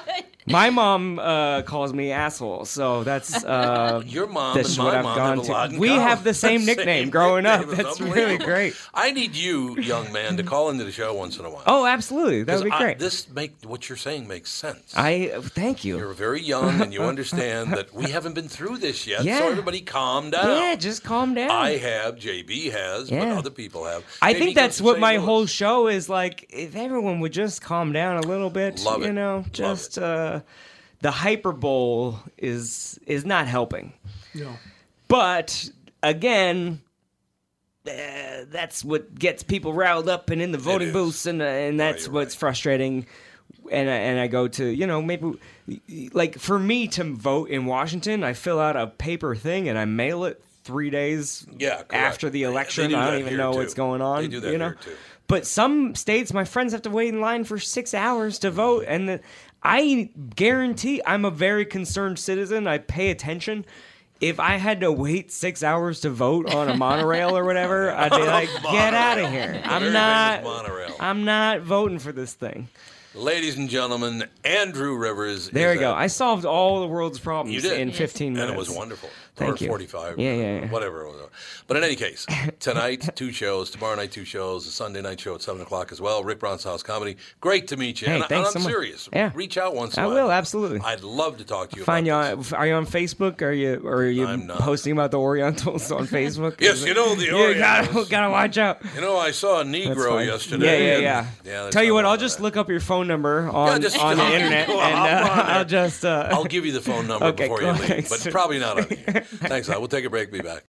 Speaker 3: My mom uh, calls me asshole, so that's uh,
Speaker 1: Your mom
Speaker 3: That's
Speaker 1: and
Speaker 3: what
Speaker 1: my
Speaker 3: I've
Speaker 1: mom
Speaker 3: gone
Speaker 1: have a
Speaker 3: to.
Speaker 1: lot in
Speaker 3: we
Speaker 1: common.
Speaker 3: have the same nickname grrowing up.
Speaker 1: nickname. It's
Speaker 3: That's really
Speaker 1: unbelievable.
Speaker 3: great.
Speaker 1: I need you, young man, to call into the show once in a while.
Speaker 3: Oh, absolutely, that
Speaker 1: 'Cause
Speaker 3: would be
Speaker 1: I-
Speaker 3: great.
Speaker 1: this make what you're saying makes sense.
Speaker 3: I thank you.
Speaker 1: You're very young, and you understand that we haven't been through this yet.
Speaker 3: Yeah.
Speaker 1: So everybody, calm down.
Speaker 3: Yeah, just calm down.
Speaker 1: I have, JB has,
Speaker 3: Yeah.
Speaker 1: but other people have.
Speaker 3: I
Speaker 1: Maybe
Speaker 3: think
Speaker 1: it goes
Speaker 3: that's
Speaker 1: to
Speaker 3: what
Speaker 1: say,
Speaker 3: my
Speaker 1: "Look,
Speaker 3: whole show is like. If everyone would just calm down a little bit,
Speaker 1: Love
Speaker 3: you
Speaker 1: it.
Speaker 3: know, just uh, the hyperbole is is not helping.
Speaker 4: No.
Speaker 3: But again, uh, that's what gets people riled up and in the voting booths, and uh, and that's what's frustrating. And I, and I go to you know maybe like for me to vote in Washington, I fill out a paper thing and I mail it three days
Speaker 1: Yeah, correct.
Speaker 3: after the
Speaker 1: They do
Speaker 3: election. I
Speaker 1: that
Speaker 3: don't even
Speaker 1: here,
Speaker 3: know
Speaker 1: too.
Speaker 3: what's going on.
Speaker 1: They do that
Speaker 3: you know?
Speaker 1: here, too.
Speaker 3: But some states, my friends have to wait in line for six hours to vote, and the, I guarantee I'm a very concerned citizen. I pay attention. If I had to wait six hours to vote on a monorail or whatever, I'd be like, "Get out of here! I'm
Speaker 1: Very
Speaker 3: not.
Speaker 1: famous monorail.
Speaker 3: I'm not voting for this thing."
Speaker 1: Ladies and gentlemen, Andrew Rivers.
Speaker 3: There
Speaker 1: is
Speaker 3: we go.
Speaker 1: a-
Speaker 3: I solved all the world's problems
Speaker 1: You did
Speaker 3: in 15 minutes.
Speaker 1: and it was wonderful.
Speaker 3: Thank
Speaker 1: or
Speaker 3: you.
Speaker 1: 45.
Speaker 3: Yeah, yeah, yeah.
Speaker 1: Whatever it was. But in any case, tonight two shows, tomorrow night two shows, a Sunday night show at seven o'clock as well. Rick Brown's House Comedy. Great to meet you.
Speaker 3: Hey,
Speaker 1: and, I- and
Speaker 3: thanks
Speaker 1: I'm
Speaker 3: so much.
Speaker 1: serious.
Speaker 3: Yeah.
Speaker 1: Reach out once. in
Speaker 3: I
Speaker 1: a while.
Speaker 3: will absolutely.
Speaker 1: I'd love to talk to you.
Speaker 3: Find you. On, are you on Facebook? Are you or are you posting about the Orientals on Facebook?
Speaker 1: Yes, you know the
Speaker 3: You gotta,
Speaker 1: Orientals.
Speaker 3: gotta watch out.
Speaker 1: You know, I saw a
Speaker 3: That's
Speaker 1: Negro
Speaker 3: fine.
Speaker 1: yesterday. and-
Speaker 3: Yeah, yeah, yeah.
Speaker 1: there's
Speaker 3: Tell you
Speaker 1: not
Speaker 3: what,
Speaker 1: a lot
Speaker 3: I'll
Speaker 1: of
Speaker 3: just look up your phone number on,
Speaker 1: just-
Speaker 3: on the internet,
Speaker 1: Go
Speaker 3: and uh,
Speaker 1: up on
Speaker 3: I'll
Speaker 1: it.
Speaker 3: just. Uh,
Speaker 1: I'll give you the phone number
Speaker 3: Okay,
Speaker 1: before
Speaker 3: cool,
Speaker 1: you leave,
Speaker 3: thanks.
Speaker 1: but probably not on here. Thanks, I will take a break. Be back.